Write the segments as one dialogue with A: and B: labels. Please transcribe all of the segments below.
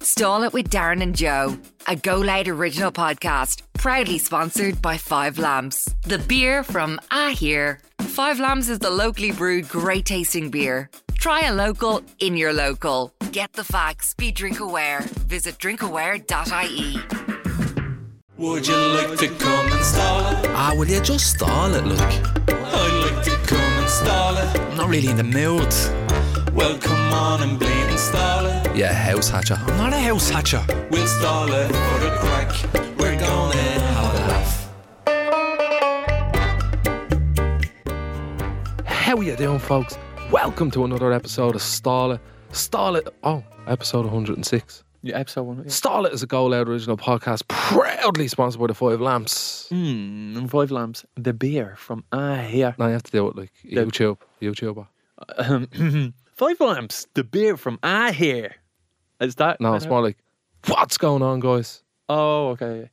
A: Stall It with Darren and Joe, a Go Loud original podcast, proudly sponsored by Five Lambs, the beer from Ah Here. Five Lambs is the locally brewed, great tasting beer. Try a local in your local. Get the facts, be drink aware. Visit drinkaware.ie.
B: Would you like to come and stall it?
C: Ah, will you just stall it, look?
B: I'd like to come and stall it.
C: I'm not really in the mood.
B: Well, come on and bleed and stall it.
C: Yeah, house hatcher. I'm not a house hatcher.
B: We'll stall it for a crack. We're gonna have a laugh.
D: How are you doing, folks? Welcome to another episode of Stall It. Stall It. Oh, episode 106.
E: Yeah, episode one. Yeah.
D: Stall It is a Goal Out original podcast proudly sponsored by the Five Lamps.
E: Mm, and five lamps. The beer from Ah Here.
D: Now you have to do it like YouTube, YouTuber.
E: Um, five lamps. The beer from Ah Here. Is that?
D: No, it's more like, what's going on, guys?
E: Oh, okay.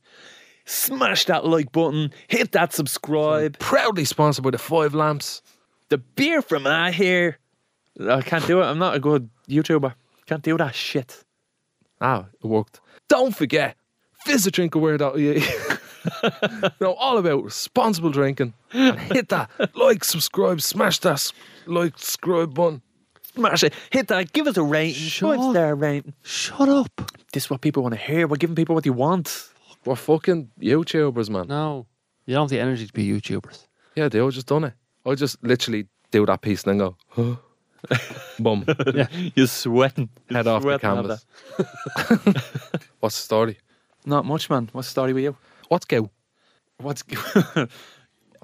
E: Smash that like button. Hit that subscribe.
D: Proudly sponsored by the Five Lamps.
E: The beer from Ah Here. I can't do it. I'm not a good YouTuber. Can't do that shit.
D: Ah, it worked. Don't forget, visit drinkaware.ie. know all about responsible drinking. And hit that like, subscribe, smash that s- like, subscribe button.
E: Smash it. Hit that. Give us a rating.
D: Shut
E: Five star rating.
D: Shut up.
E: This is what people want to hear. We're giving people what they want.
D: We're fucking YouTubers, man.
F: No, you don't have the energy to be YouTubers.
D: Yeah, they all just done it. I just literally do that piece and then go, huh? boom,
E: You're sweating. You're
D: head off the
E: sweating at
D: canvas. What's the story?
E: that. Not much, man. What's the story with you?
D: What's go?
E: What's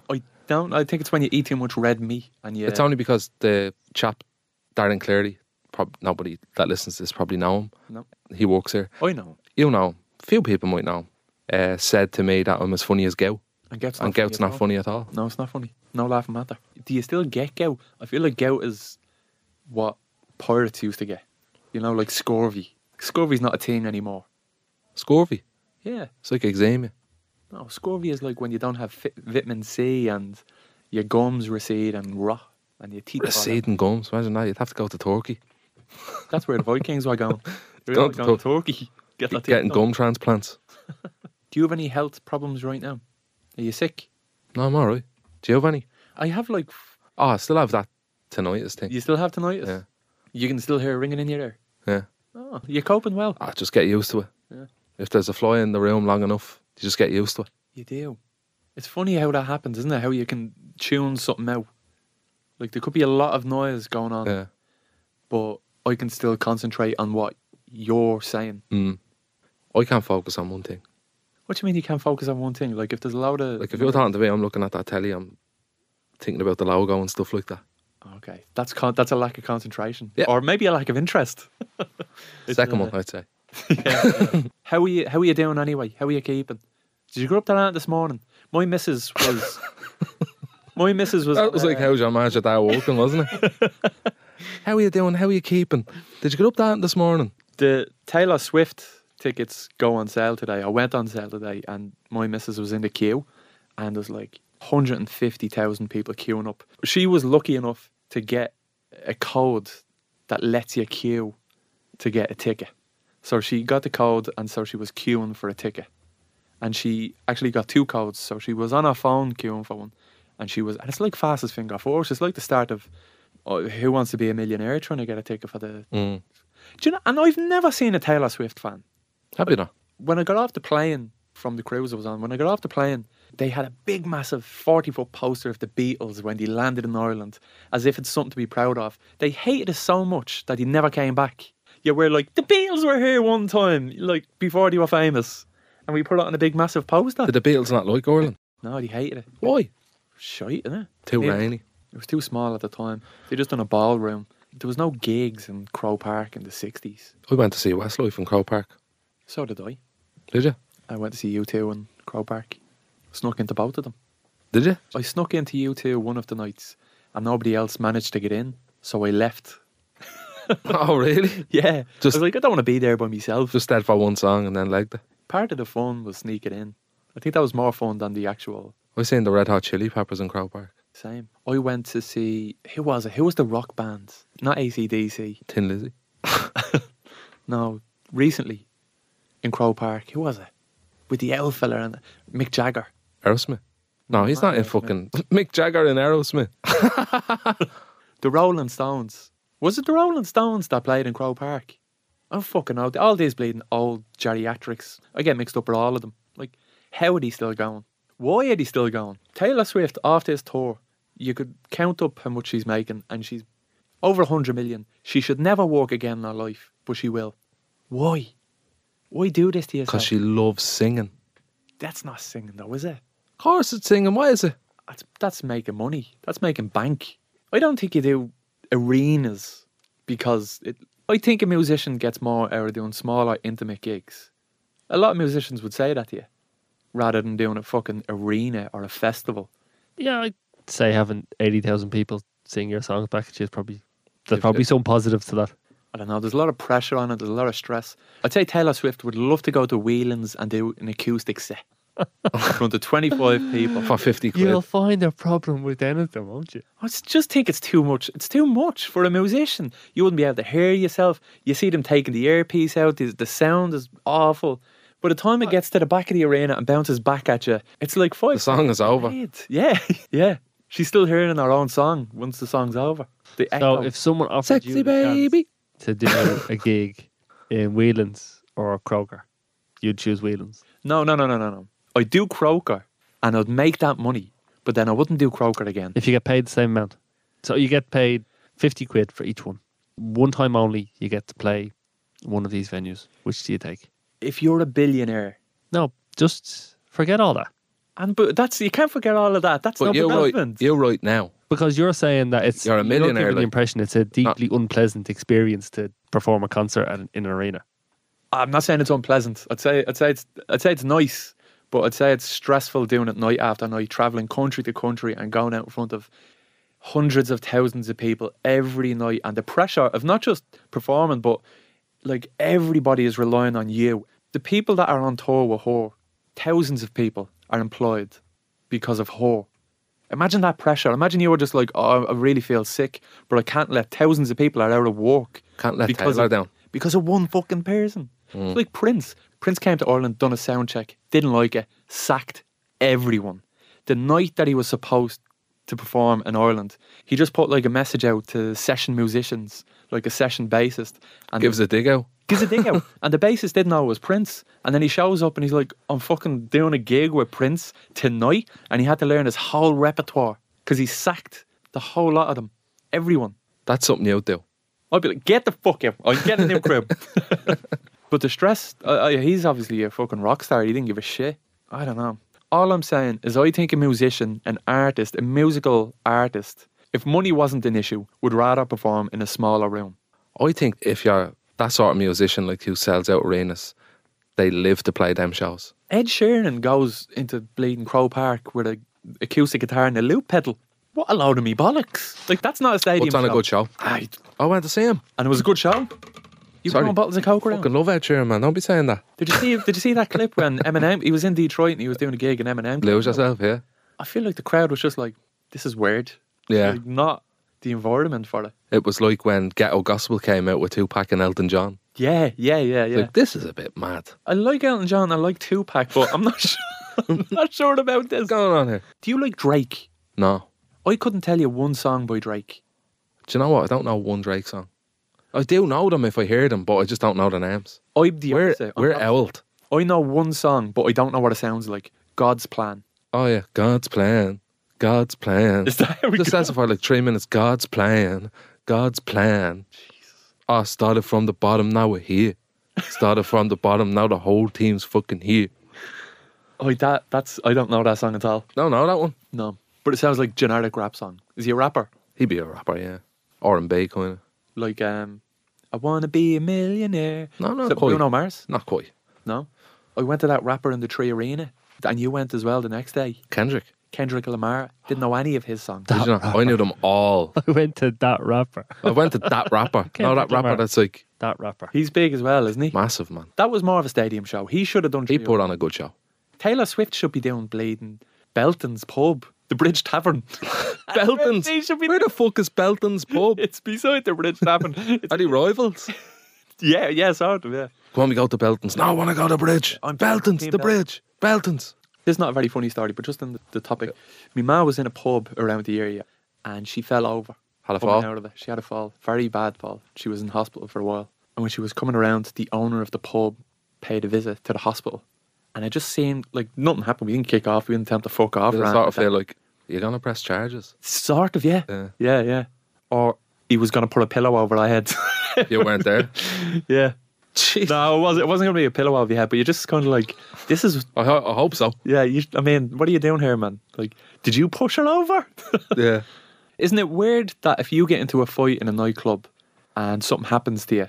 E: I don't. I think it's when you eat too much red meat and you.
D: It's only because the chap, Darren Cleary, prob- nobody that listens to this probably know him.
E: No.
D: He works here.
E: I know.
D: You know, him. few people might know. him. Uh, said to me that I'm as funny as gout,
E: And gout's not
D: and
E: funny
D: gout's
E: at
D: not
E: all.
D: funny at all.
E: No, it's not funny. No laughing matter. Do you still get gout? I feel like gout is what pirates used to get. You know, like scurvy. Scurvy's not a thing anymore.
D: Scurvy,
E: Yeah.
D: it's like eczema.
E: No, scurvy is like when you don't have fit, vitamin C and your gums recede and rot and your teeth fall out.
D: Receding gums. Imagine that. You'd have to go to Turkey.
E: That's where the Vikings were going. They were
D: Going
E: going
D: to
E: to Turkey. Get that
D: Getting
E: teeth done.
D: gum transplants.
E: Do you have any health problems right now? Are you sick?
D: No, I'm alright. Do you have any?
E: I have like f-
D: Oh, I still have that tinnitus thing.
E: you still have tinnitus.
D: Yeah.
E: You can still hear it ringing in your ear.
D: Yeah.
E: Oh, you're coping well.
D: I just get used to it.
E: Yeah.
D: If there's a fly in the room long enough, you just get used to it.
E: You do. It's funny how that happens, isn't it? How you can tune something out. Like there could be a lot of noise going on,
D: Yeah.
E: but I can still concentrate on what you're saying.
D: Mm. I can't focus on one thing.
E: What do you mean you can't focus on one thing? Like if there's a lot of
D: Like if you're talking to me, I'm looking at that telly. I'm thinking about the logo and stuff like that.
E: Oh, okay, that's con- that's a lack of concentration,
D: Yeah.
E: or maybe a lack of interest. It's,
D: Second
E: uh,
D: one, I'd say.
E: How are you? How are you doing anyway? How are you keeping? Did you go up to that this morning? My missus was. my missus was.
D: That was like
E: uh,
D: how's your manager that walking, wasn't it? how are you doing? How are you keeping? Did you get up that this morning?
E: the Taylor Swift tickets go on sale today. I went on sale today, and my missus was in the queue, and there's like 150,000 people queuing up. She was lucky enough to get a code that lets you queue to get a ticket. So she got the code, and so she was queuing for a ticket. And she actually got two codes. So she was on her phone queuing for one, and she was, and it's like fastest finger force. It's like the start of oh, Who Wants to Be a Millionaire trying to get a ticket for the
D: Mm.
E: do you know? And I've never seen a Taylor Swift fan.
D: Happy not?
E: When I got off the plane from the cruise I was on, when I got off the plane, they had a big, massive 40 foot poster of the Beatles when they landed in Ireland, as if it's something to be proud of. They hated us so much that he never came back. Yeah, we're like, the Beatles were here one time, like before they were famous. And we put it on a big, massive poster.
D: Did the Beatles not like Ireland?
E: No, they hated it.
D: Why?
E: Shite, innit?
D: Too
E: Yeah.
D: rainy.
E: It was too small at the time. They just done a ballroom. There was no gigs in Crow Park in the 60s.
D: I went to see Westlife in Crow Park.
E: So did I.
D: Did you?
E: I went to see U2 in Crow Park. Snuck into both of them.
D: Did you?
E: I snuck into U2 one of the nights and nobody else managed to get in, so I left.
D: oh really?
E: Yeah.
D: Just-
E: I was like, I don't want to be there by myself.
D: Just stayed for one song and then legged it.
E: Part of the fun was sneaking in. I think that was more fun than the actual
D: I seen the Red Hot Chili Peppers in Crow Park.
E: same. I went to see, who was it? Who was the rock band? Not ACDC.
D: Tin Lizzy.
E: No, recently in Crow Park. Who was it? With the owl fella and Mick Jagger.
D: Aerosmith. No, he's not in fucking Mick Jagger in Aerosmith.
E: The Rolling Stones. Was it the Rolling Stones that played in Crow Park? I'm fucking old. All these bleeding old geriatrics. I get mixed up with all of them. Like, how are they still going? Why are they still going? Taylor Swift, after this tour, you could count up how much she's making, and she's over 100 million. She should never walk again in her life, but she will. Why? Why do this to yourself?
D: Because she loves singing.
E: That's not singing, though, is it?
D: Of course it's singing. Why is it?
E: that's that's making money. That's making bank. I don't think you do arenas because it. I think a musician gets more out of doing smaller, intimate gigs. A lot of musicians would say that to you, rather than doing a fucking arena or a festival.
F: Yeah, I'd say having 80,000 people sing your songs back at you is probably, there's
E: If-
F: probably some positives to that.
E: I don't know. There's a lot of pressure on it. There's a lot of stress. I'd say Taylor Swift would love to go to Whelan's and do an acoustic set in front of 25 people.
D: For 50 quid.
F: You'll find a problem with anything, won't you?
E: I s- just think Oh, it's too much. It's too much for a musician. You wouldn't be able to hear yourself. You see them taking the earpiece out. The, the sound is awful. By the time it gets to the back of the arena and bounces back at you, it's like
D: The
E: five.
D: song is over.
E: grand. Yeah, yeah. She's still hearing her own song once the song's over. The echo.
F: So if someone offered you
D: Sexy
F: the chance
D: baby.
F: to do a gig in Whelan's or Kroger, you'd choose Whelan's.
E: no, no, no, no, no, no. I do croaker, and I'd make that money, but then I wouldn't do croaker again.
F: If you get paid the same amount. So you get paid 50 quid for each one. One time only, you get to play one of these venues. Which do you take?
E: If you're a billionaire,
F: No, just forget all that.
E: and but that's you can't forget all of that. That's
D: But
E: not
D: you're right,
E: relevant.
D: you're right now.
F: Because you're saying that it's
D: You're a millionaire,
F: giving the
D: like-
F: impression it's a deeply unpleasant experience to perform a concert at, an- in an arena.
E: I'm not saying it's unpleasant. I'd say I'd say it's I'd say it's nice, but I'd say it's stressful doing it night after night, traveling country to country and going out in front of hundreds of thousands of people every night, and the pressure of not just performing, but like everybody is relying on you. The people that are on tour with her, thousands of people are employed because of her. Imagine that pressure. Imagine you were just like, oh, I really feel sick, but I can't let thousands of people are out of work
D: Can't let
E: because
D: Taylor
E: of,
D: down.
E: Because of one fucking person. It's like Prince. Prince came to Ireland, done a sound check, didn't like it, sacked everyone. The night that he was supposed to perform in Ireland, he just put like a message out to session musicians, like a session bassist, and
D: Gives a dig out.
E: gives a dig out. And the bassist didn't know it was Prince. And then he shows up and he's like, I'm fucking doing a gig with Prince tonight. And he had to learn his whole repertoire because he sacked the whole lot of them. Everyone.
D: That's something you'd do.
E: I'd be like, get the fuck out. I'm getting new crib. but the stress, I, I, he's obviously a fucking rock star. He didn't give a shit. I don't know. All I'm saying is, I think a musician, an artist, a musical artist, if money wasn't an issue, would rather perform in a smaller room.
D: I think if you're that sort of musician like who sells out arenas, they live to play them shows.
E: Ed Sheeran goes into Bleeding Crow Park with a acoustic guitar and a loop pedal. What a load of me bollocks! Like that's not a stadium.
D: What's on a good show?
E: Aye,
D: I went to see him.
E: and it was a good show. You
D: Sorry.
E: throwing bottles of coke around.
D: Fucking love Ed Sheeran, man. Don't be saying that.
E: Did you see? Did you see that clip when Eminem? He was in Detroit and he was doing a gig and Eminem.
D: Lose yourself, yeah.
E: I feel like the crowd was just like, "This is weird."
D: Yeah.
E: Like, not the environment for it.
D: It was like when Ghetto Gospel came out with Tupac and Elton John.
E: Yeah, yeah, yeah, yeah.
D: Like, this is a bit mad.
E: I like Elton John. I like Tupac, but I'm not sure. I'm not sure about this.
D: What's going on here?
E: Do you like Drake?
D: No.
E: I couldn't tell you one song by Drake.
D: Do you know what? I don't know one Drake song. I do know them if I hear them, but I just don't know the names.
E: I'm the
D: We're,
E: opposite. I'm
D: we're
E: not-
D: old.
E: I know one song, but I don't know what it sounds like. God's plan.
D: Oh, yeah. God's plan. God's plan.
E: Is that how we
D: Just
E: go?
D: that's for like three minutes. God's plan. God's plan. I started from the bottom, now we're here. Started from the bottom, now the whole team's fucking here.
E: Oh, that that's I don't know that song at all.
D: No, no, that one.
E: No, but it sounds like generic rap song. Is he a rapper?
D: He'd be a rapper, yeah. R and B kind of.
E: Like um, I wanna be a millionaire.
D: No, no,
E: Is it
D: quite.
E: Bruno Mars.
D: Not quite.
E: No, I went to that rapper in the Tree Arena, and you went as well the next day.
D: Kendrick.
E: Kendrick Lamar didn't know any of his songs.
D: Did you know? I knew them all.
F: I went to that rapper.
D: I went to that rapper. no, that
F: Kendrick Lamar.
D: rapper that's like
F: That rapper.
E: He's big as well, isn't he?
D: massive, man.
E: That was more of a stadium show. He should have done.
D: He
E: Tree
D: put on a good show.
E: Taylor Swift should be doing bleeding Belton's pub, the Bridge Tavern.
D: Belton's.
E: They should be
D: Where the fuck is Belton's pub?
E: It's beside the Bridge Tavern. It's,
D: Are they rivals?
E: yeah, yeah, sort of. Yeah,
D: Come on, we go to Belton's. No, I want to go to Bridge.
E: I'm
D: Belton's,
E: Team
D: the
E: Belton.
D: Bridge. Belton's.
E: This is not a very funny story, but just on the, the topic. My ma was in a pub around the area and she fell over.
D: Had a
E: Coming
D: fall?
E: Out of it. She had a fall. Very bad fall. She was in hospital for a while. And when she was coming around, the owner of the pub paid a visit to the hospital. And it just seemed like nothing happened. We didn't kick off. We didn't attempt to fuck off.
D: I
E: or
D: sort of
E: anything
D: feel like you're gonna press charges.
E: Sort of, yeah.
D: Yeah.
E: Yeah, yeah. Or he was going to put a pillow over our head.
D: You weren't there.
E: yeah.
D: Jeez.
E: No, it wasn't, it wasn't going to be a pillow over your head, but you're just kind of like, this is,
D: I, ho- I hope so.
E: yeah, you, I mean, what are you doing here, man? Like, did you push her over?
D: Yeah.
E: Isn't it weird that if you get into a fight in a nightclub and something happens to you,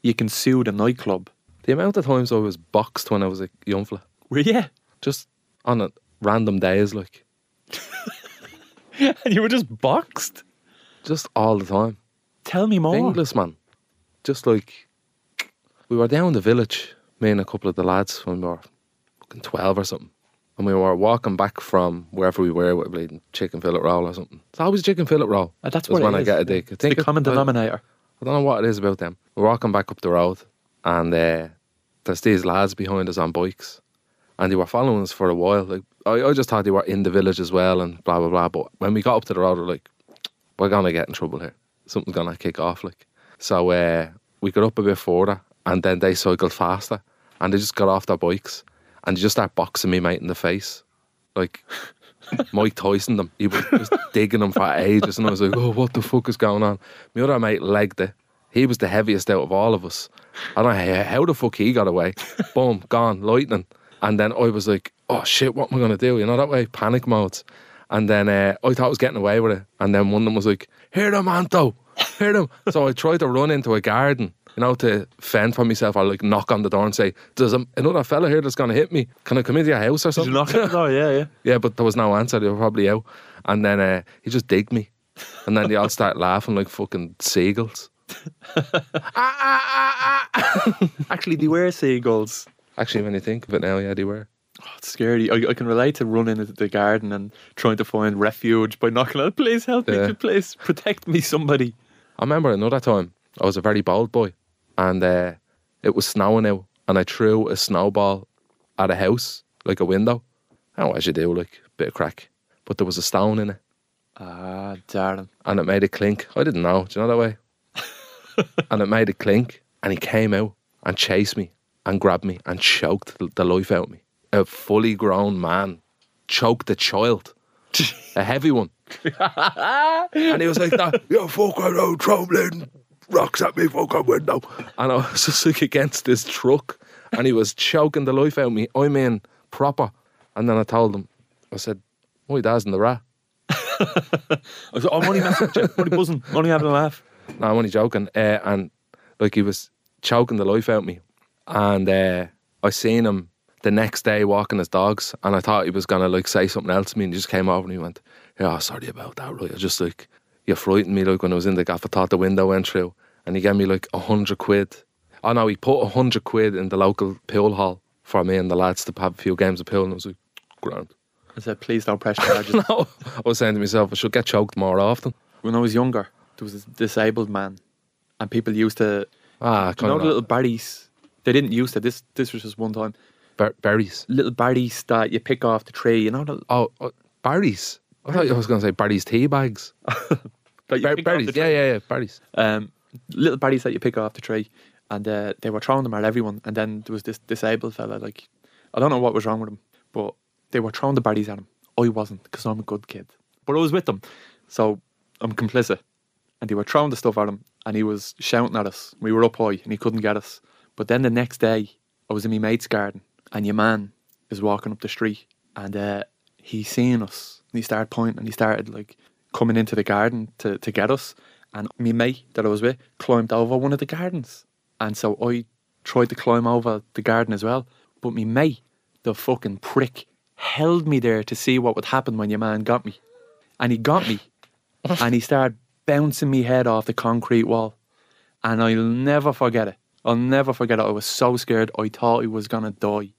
E: you can sue the nightclub?
D: The amount of times I was boxed when I was a young fella,
E: Well, yeah.
D: just on a random days, like
E: And you were just boxed?
D: just all the time.
E: Tell me more.
D: English man, just like we were down the village, me and a couple of the lads when we were fucking twelve or something, and we were walking back from wherever we were with a bleeding chicken fillet roll or something. It's always chicken fillet roll.
E: Uh, that's
D: is
E: what it
D: when I
E: is.
D: get a dick. I
E: It's the
D: think it-
E: common
D: I-
E: denominator.
D: I don't know what it is about them. We're walking back up the road, and uh, there's these lads behind us on bikes, and they were following us for a while. Like I, I just thought they were in the village as well, and blah blah blah. But when we got up to the road, we're like, we're gonna get in trouble here. Something's gonna kick off. Like so, uh, we got up a bit further, and then they cycled faster, and they just got off their bikes, and they just start boxing me mate in the face, like. Mike Tyson them. He was just digging them for ages, and I was like, "Oh, what the fuck is going on?" My other mate legged it. He was the heaviest out of all of us. I don't know how- how the fuck he got away. Boom, gone, lightning. And then I was like, "Oh shit, what am I gonna do?" You know that way, panic modes. And then uh, I thought I was getting away with it. And then one of them was like, "Hear them, Anto, hear them." so I tried to run into a garden. You know, to fend for myself, I like knock on the door and say, "There's a, another fella here that's gonna hit me. Can I come into your house or
E: Did you
D: something?"
E: knock it? Oh, yeah, yeah.
D: Yeah, but there was no answer. They were probably out. And then uh, he just digged me. And then they all start laughing like fucking seagulls. Ah,
E: Actually, they were seagulls.
D: Actually, when you think of it now, yeah, they were.
E: Oh, it's scary. I, I can relate to running into the garden and trying to find refuge by knocking out, please help
D: Yeah.
E: me, please protect me, somebody.
D: I remember another time, I was a very bold boy. And uh, it was snowing out. And I threw a snowball at a house, like a window. Oh, as you do, like a bit of crack. But there was a stone in it.
E: Ah, darling.
D: and it made a clink. I didn't know. Do you know that way? and it made a clink, and he came out and chased me and grabbed me and choked the- the life out of me. A fully grown man choked a child, a heavy one. and he was like, that, "You're fucking old traveling rocks at me fucking window," and I was just like against this truck, and he was choking the life out of me. I mean, proper. And then I told him, I said, "Oh, he does in the rat."
E: I was like, I'm only messing with you, I'm only buzzing, I'm only having a laugh.
D: No, I'm only joking. Uh, and like he was choking the life out of me. And uh, I seen him the next day walking his dogs, and I thought he was gonna like say something else to me, and he just came over and he went, "Yeah, sorry about that, right? I just like you frightened me like when I was in the gaff. I thought the window went through, and he gave me like a hundred quid. Oh no, he put a hundred quid in the local pool hall for me and the lads to have a few games of pool, and I was like, grand.
E: I said, please don't press charges.
D: I was saying to myself, I should get choked more often.
E: when I was younger, there was a disabled man, and people used to,
D: Ah,
E: you
D: kind
E: know,
D: of
E: the little bardies. They didn't used to. This this was just one time.
D: ber- berries.
E: Little bardies that you pick off the tree. You know, the,
D: Oh, oh Barry's. I thought I was going to say Barry's tea bags.
E: that Oh, you pick
D: Bar-
E: off the
D: Barry's.
E: tree.
D: Yeah, yeah, yeah. Barry's.
E: um, little baddies that you pick off the tree, and uh, they were throwing them at everyone. And then there was this disabled fella, like I don't know what was wrong with him, but they were throwing the baddies at him. I wasn't, because I'm a good kid, but I was with them, so I'm complicit. And they were throwing the stuff at him, and he was shouting at us. We were up high, and he couldn't get us. But then the next day, I was in my mate's garden, and your man is walking up the street, and uh, he seen us, and he started pointing, and he started like coming into the garden to, to get us. And my mate that I was with climbed over one of the gardens. And so I tried to climb over the garden as well. But my mate, the fucking prick, held me there to see what would happen when your man got me. And he got me. and he started bouncing me head off the concrete wall. And I'll never forget it. I'll never forget it. I was so scared. I thought he was going to die.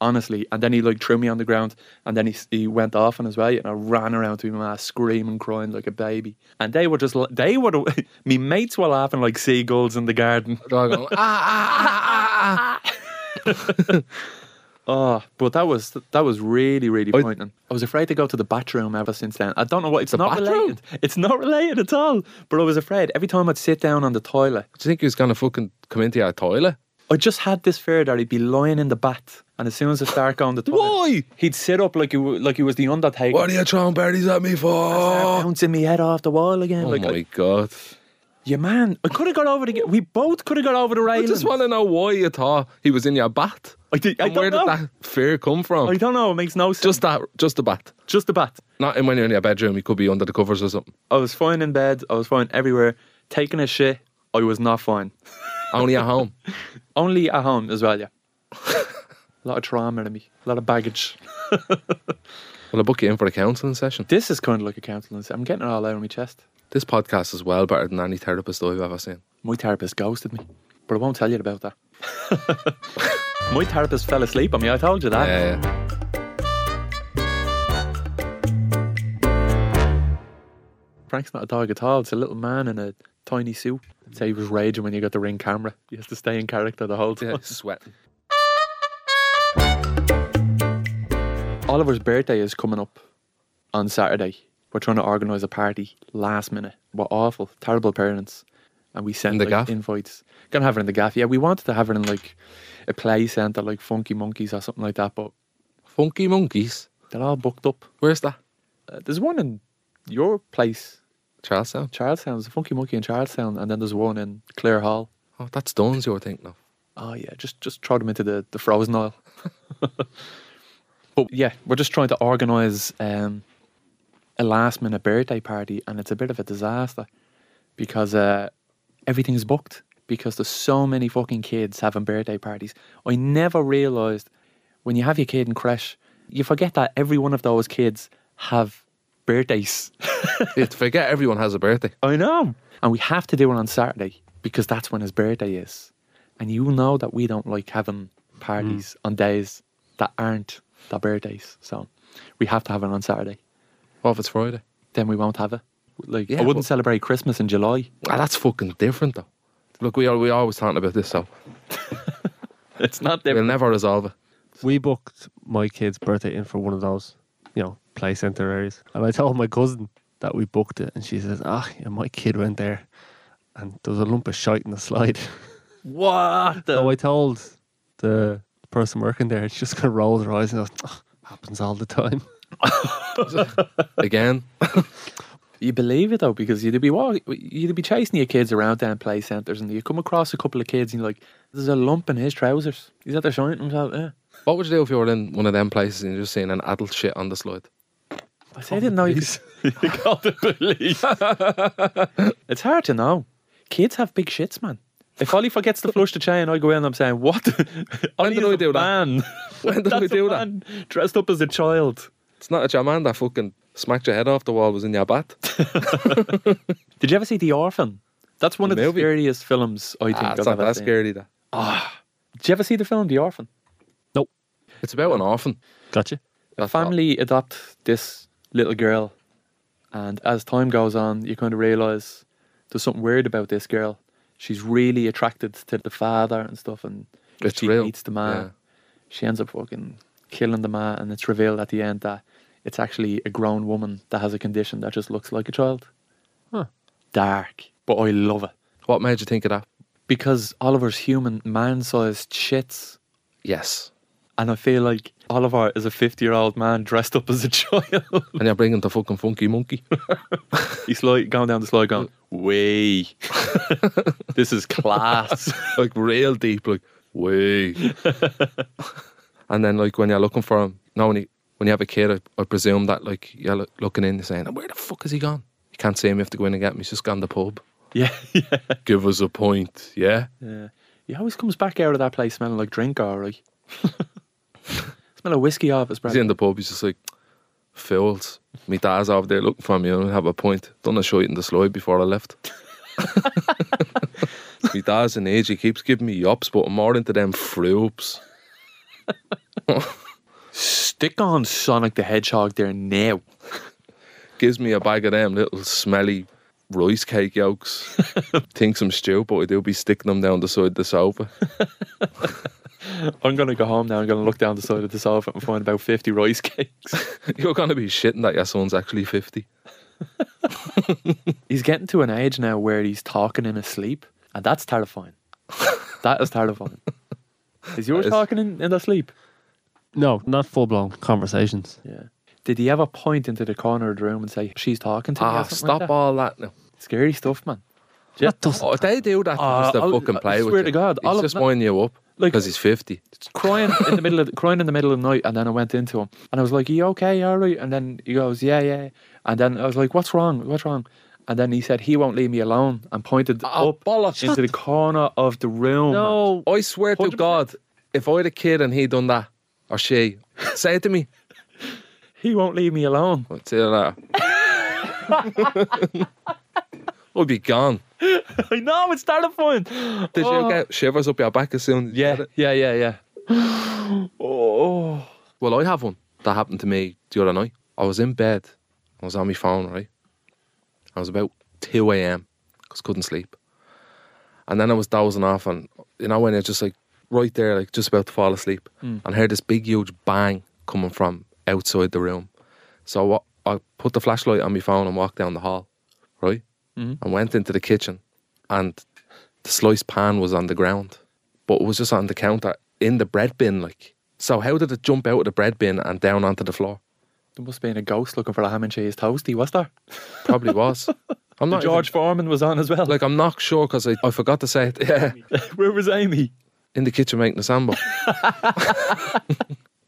E: Honestly. And then he like threw me on the ground and then he, s- he went off on his way and I ran around to him and I screaming, crying like a baby. And they were just, la- they were, the- me mates were laughing like seagulls in the garden.
D: They're all going, ah, ah, ah, ah,
E: Oh, but that was that was really really
D: I-
E: poignant. I was afraid to go to the bathroom ever since then. I don't know what it's
D: The
E: not
D: bathroom?
E: related. It's not related at all. But I was afraid every time I'd sit down on the toilet,
D: Do you think he was gonna fucking come into our toilet?
E: I just had this fear that he'd be lying in the bath, and as soon as I start going to the toilet,
D: Why?
E: he'd sit up like he wa- like he was the Undertaker.
D: What are you throwing berries at me
E: Start
D: for?
E: Bouncing me head off the wall again.
D: Oh
E: like,
D: my god!
E: yeah, man, I could have got over the. We both could have got over the
D: I
E: railing.
D: just want to know why you thought he was in your bat.
E: I, did, I
D: and where
E: don't know.
D: did that fear come from?
E: I don't know. It makes no sense.
D: Just that, just the bat.
E: just the bat.
D: Not in when you're in your bedroom. You could be under the covers or something.
E: I was fine in bed. I was fine everywhere. Taking a shit, I was not fine.
D: Only at home.
E: Only at home as well, yeah. a lot of trauma in me, a lot of baggage.
D: Well, I book you in for a counselling session.
E: This is kind of like a counselling. se- I'm getting it all out of my chest.
D: This podcast is well better than any therapist I've ever seen.
E: My therapist ghosted me, but I won't tell you about that. My therapist fell asleep on me. I told you that.
D: Yeah, yeah.
E: Frank's not a dog at all. It's a little man in a tiny suit. Say he was raging when you got the ring camera. He has to stay in character the whole time.
D: yeah sweating.
E: Oliver's birthday is coming up on Saturday. We're trying to organise a party last minute. We're awful, terrible parents. And we sent
D: In the
E: like,
D: gaff?
E: invites. Gonna have her in the gaff. Yeah, we wanted to have her in like a play centre, like Funky Monkeys or something like that, but
D: Funky monkeys.
E: they're all booked up.
D: Where's that?
E: Uh, there's one in your place,
D: Charlestown.
E: Charlestown. There's a Funky Monkey in Charlestown, and then there's one in Clare Hall.
D: Oh, that's Dunn's your thing now.
E: Oh yeah, just just throw them into the, the frozen aisle. but yeah, we're just trying to organise um, a last minute birthday party, and it's a bit of a disaster because uh, everything's booked because there's so many fucking kids having birthday parties. I never realised when you have your kid in creche, you forget that every one of those kids have birthdays.
D: Yeah, to forget everyone has a birthday.
E: I know. And we have to do it on Saturday because that's when his birthday is. And you know that we don't like having parties on days that aren't the birthdays. So we have to have it on Saturday.
D: What if it's Friday?
E: Then we won't have it. Like I
D: Yeah,
E: wouldn't
D: but-
E: celebrate Christmas in July.
D: Ah, that's fucking different though. Look, we are we always talking about this, so
E: It's not
D: we'll never resolve it.
F: We booked my kid's birthday in for one of those, you know, play center areas. And I told my cousin that we booked it, and she says, "Ah, yeah, my kid went there, and there was a lump of shite in the slide."
E: What?
F: so
E: The...
F: I told the person working there, and she just kind of rolled her eyes and goes, "Ah, "Happens all the time."
D: Again,
E: You believe it though because you'd be walk- you'd be chasing your kids around down play centres and you come across a couple of kids and you're like, there's a lump in his trousers. He's out there showing himself. Yeah.
D: what would you do if you were in one of them places and you're just seeing an adult shit on the slide?
E: I say I didn't know you could, you called the police. it's hard to know. Kids have big shits, man. If Ollie forgets to flush the chain, I go in and I'm saying, What? Ollie
D: did
E: is
D: I
E: a
D: do that?
E: man.
D: When did
E: That's
D: we
E: a
D: do that?
E: man Dressed up as a child.
D: It's not a your man that fucking smacked your head off the wall was in your bat.
E: Did you ever see The Orphan? That's one
D: The
E: of the
D: movie.
E: scariest films I think
D: Ah,
E: I've
D: it's not
E: ever
D: that
E: seen.
D: scary. That
E: Did you ever see the film The Orphan?
D: it's about an orphan.
F: Gotcha.
E: A
D: That's
E: family adopt this little girl, and as time goes on, you kind of realize there's something weird about this girl. She's really attracted to the father and stuff, and
D: all. It's
E: she
D: real.
E: meets the man. She ends up fucking killing the man, and it's revealed at the end that it's actually a grown woman that has a condition that just looks like a child.
F: Huh.
E: Dark, but I love it
D: What made you think of that?
E: because Oliver's human, man-sized shits,
D: Yes,
E: and I feel like Oliver is a fifty-year-old man dressed up as a child.
D: and you're bringing the fucking funky monkey.
E: He's like going down the slide, going, "Way, this is class."
D: like real deep, like way. and then like when you're looking for him, no, when you when you have a kid, I, I presume that like you're loo- looking in, and saying, "Where the fuck has he gone? You can't see him. You have to go in and get him. He's just gone to the pub.
E: yeah, yeah,
D: Give us a point, yeah."
E: yeah. He always comes back out of that place smelling like drink, all right. Smell of whiskey off his breath.
D: He's in the pub. He's just like, "Fools, me dad's over there looking for me. I don't have a point. Done a shite in the slide before I left." me dad's an age. He keeps giving me yops, but I'm more into them froops.
E: Stick on Sonic the Hedgehog there now.
D: gives me a bag of them little smelly rice cake yolks. Thinks I'm stupid, I do be sticking them down the side of the sofa.
E: I'm going to go home now. I'm going to look down the side of the sofa and find about 50 rice cakes.
D: You're going to be shitting that your son's actually 50.
E: he's getting to an age now where he's talking in his sleep, and that's terrifying. that is terrifying. Is yours
D: That is-
E: talking in, in the sleep?
F: No, not full blown conversations.
E: Yeah. Did he ever point into the corner of the room and say, She's talking to me? or
D: Ah,
E: something like
D: stop
E: that?
D: all that now.
E: Scary stuff, man.
F: That doesn't.
D: Oh, they do that
E: Uh,
D: just to
E: I'll-
D: fucking
E: I
D: play with
E: swear
D: you.
E: to God,
D: He's
E: all of
D: just
E: that-
D: winding you up
E: Like-
D: because he's 50.
E: crying in the middle of crying in the middle of the night and then I went into him and I was like, You okay, you alright? And then he goes, Yeah, yeah. And then I was like, What's wrong? What's wrong? And then he said, He won't leave me alone and pointed up
D: bollocks.
E: into the corner of the room.
F: No.
D: I swear to
E: 100%.
D: God, if I had a kid and he done that, or she, say it to me.
E: He won't leave me alone.
D: I'd say that. I'd be gone.
E: I know it's terrifying.
D: Did
E: Oh.
D: you get shivers up your back as soon as you
E: Yeah,
D: said it?
E: yeah, yeah, yeah. oh
D: Well, I have one that happened to me the other night. I was in bed. I was on my phone, right? I was about 2 a.m. because couldn't sleep. And then I was dozing off, and you know, when you're just like right there, like just about to fall asleep, and I heard this big, huge bang coming from outside the room. So what, I put the flashlight on my phone and walked down the hall, right? And went into the kitchen, and the sliced pan was on the ground, but it was just on the counter in the bread bin. Like, so how did it jump out of the bread bin and down onto the floor?
E: there must have been a ghost looking for a ham and cheese toasty, was there?
D: Probably was. I'm not even-
E: George Foreman was on as well.
D: like I'm not sure because I, I forgot to say it. Yeah,
E: where was Amy?
D: in the kitchen making a sandwich.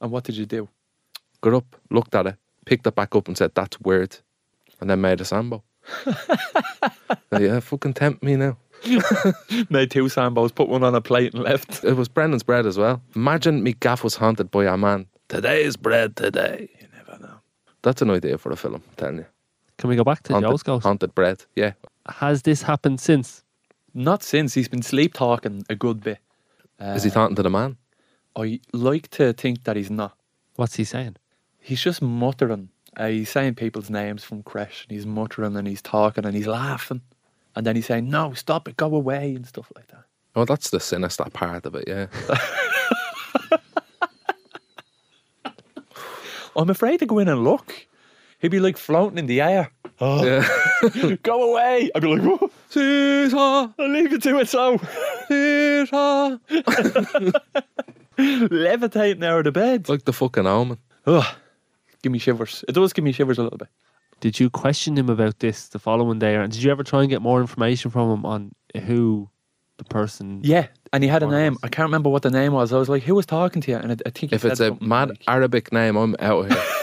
E: And what did you do?
D: Got up, looked at it, picked it back up, and said, "That's weird," and then made a sambo. Now, yeah, fucking tempt me now.
E: Made two sambos, put one on a plate and left.
D: It was Brendan's bread as well. Imagine me gaff was haunted by a man. Today's bread today.
E: You never know.
D: That's an idea for a film, I'm telling you.
F: Can we go back to Joe's
D: Haunted,
F: ghost?
D: haunted bread. Yeah.
F: Has this happened since?
E: Not since he's been sleep talking a good bit.
D: Is
E: Uh,
D: he talking to the man?
E: I like to think that he's not.
F: What's he saying?
E: He's just muttering. Uh, he's saying people's names from crash, and he's muttering and he's talking and he's laughing, and then he's saying, "No, stop it, go away," and stuff like that.
D: Oh, that's the sinister part of it, yeah.
E: I'm afraid to go in and look. He'd be like floating in the air.
D: yeah.
E: Go away! I'd be like, "Whoa,
D: Caesar,
E: I'll leave it to it so."
D: Caesar.
E: Levitating out of the bed.
D: Like the fucking omen.
E: Ugh. Give me shivers. It does give me shivers a little bit.
F: Did you question him about this the following day, and did you ever try and get more information from him on who the person?
E: Yeah, and he had a
F: One of
E: name.
F: those.
E: I can't remember what the name was. I was like, "Who was talking to you?" And I, I think he
D: If it's
E: said
D: a
E: something
D: mad
E: like-
D: Arabic name, I'm out of here.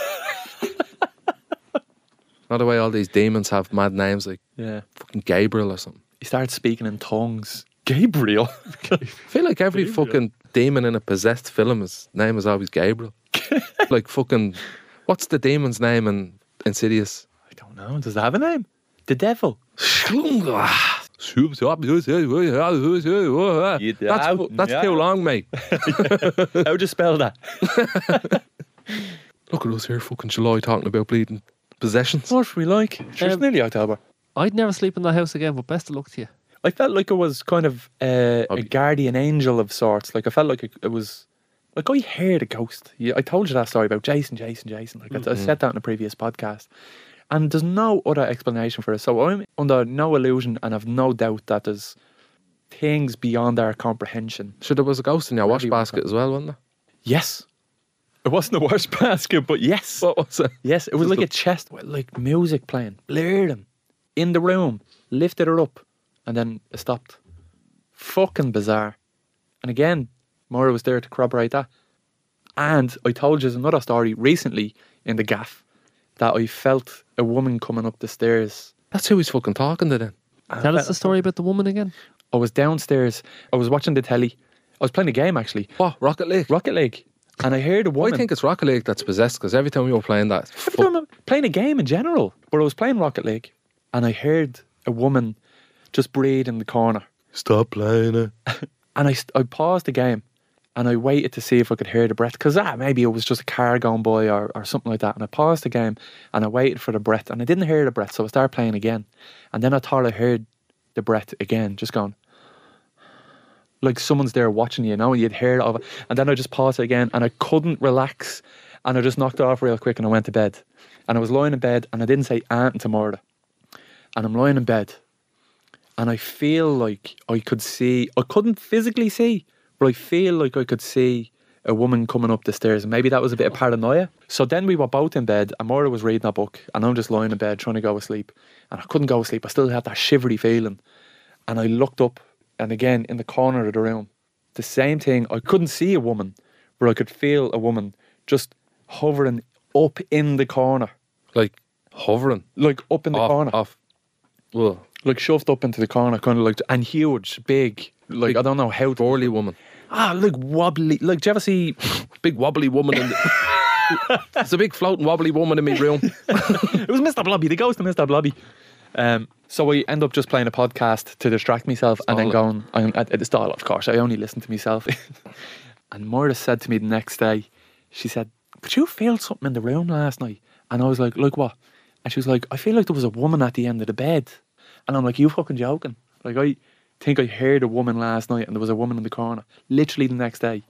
D: Not the way all these demons have mad names like
E: yeah.
D: fucking Gabriel or something.
E: He started speaking in tongues. Gabriel.
D: I feel like every fucking demon in a possessed film is name is always Gabriel. like fucking what's the demon's name in Insidious?
E: I don't know. Does it have a name? The devil.
D: That's, that's too long, mate.
E: How would you spell that?
D: Look at us here, fucking July, talking about bleeding possessions.
E: What we like? Sure, it's
F: Um,
E: nearly October.
F: I'd never sleep in that house again. But best of luck to you.
E: I felt like I was kind of uh, a
D: Ob-
E: guardian angel of sorts. Like I felt like it, it was like I heard a ghost. Yeah, I told you that story about Jason, Jason, Jason. Like I- I, said that in a previous podcast, and there's no other explanation for it. So I'm under no illusion, and I've no doubt that there's things beyond our comprehension.
D: Sure, there was a ghost in your wash
E: Whatever you want
D: basket as well, wasn't there?
E: Yes, it wasn't the worst basket, but yes,
D: What was it?
E: yes, it was
D: Just
E: like
D: a-
E: a chest, with like music playing, blaring in the room, lifted her up, and then it stopped. Fucking bizarre. And again, Maura was there to corroborate that. And I told you another story recently in the gaff that I felt a woman coming up the stairs.
D: That's who he's fucking talking to then.
F: Tell us the story about the woman again.
E: I was downstairs. I was watching the telly. I was playing a game actually,
D: What, Rocket League?
E: Rocket League, and I heard a
D: I
E: woman.
D: think it's Rocket League that's possessed because every time we were playing that,
E: Every
D: fu-
E: time I'm playing a game in general, but I was playing Rocket League and I heard a woman just breathe in the corner.
D: stop playing it.
E: And I, st- I paused the game and I waited to see if I could hear the breath because ah, maybe it was just a car going by or, or something like that. And I paused the game and I waited for the breath and I didn't hear the breath. So I started playing again. And then I thought I heard the breath again, just going
G: like someone's there watching you know and you'd hear it over and then I just paused it again and I couldn't relax and I just knocked off real quick and I went to bed and I was lying in bed and I didn't say aunt to Marta and I'm lying in bed and I feel like I could see I couldn't physically see but I feel like I could see a woman coming up the stairs and maybe that was a bit of paranoia so then we were both in bed and Maura was reading a book and I'm just lying in bed trying to go asleep and I couldn't go asleep I still had that shivery feeling and I looked up and again in the corner of the room the same thing I couldn't see a woman but I could feel a woman just hovering up in the corner
D: Like hovering
G: like up in the
D: off,
G: corner
D: off. Well,
G: like shoved up into the corner, kind of like and huge, big. Like I don't know how. To,
D: burly woman,
G: ah, like wobbly. Like do you ever see?
D: big wobbly woman. In the, it's a big floating wobbly woman in my room.
G: It was Mr. Blobby, the ghost of Mr. Blobby. Um, so I end up just playing a podcast to distract myself, and then
D: Stall
G: going. I'm at, at the stall, of course. I only listen to myself. and Moira said to me the next day, she said, "But you feel something in the room last night," and I was like, "Like what?" And she was like, "I feel like there was a woman at the end of the bed," and I'm like, "You fucking joking?" Like I think I heard a woman last night, and there was a woman in the corner. Literally the next day.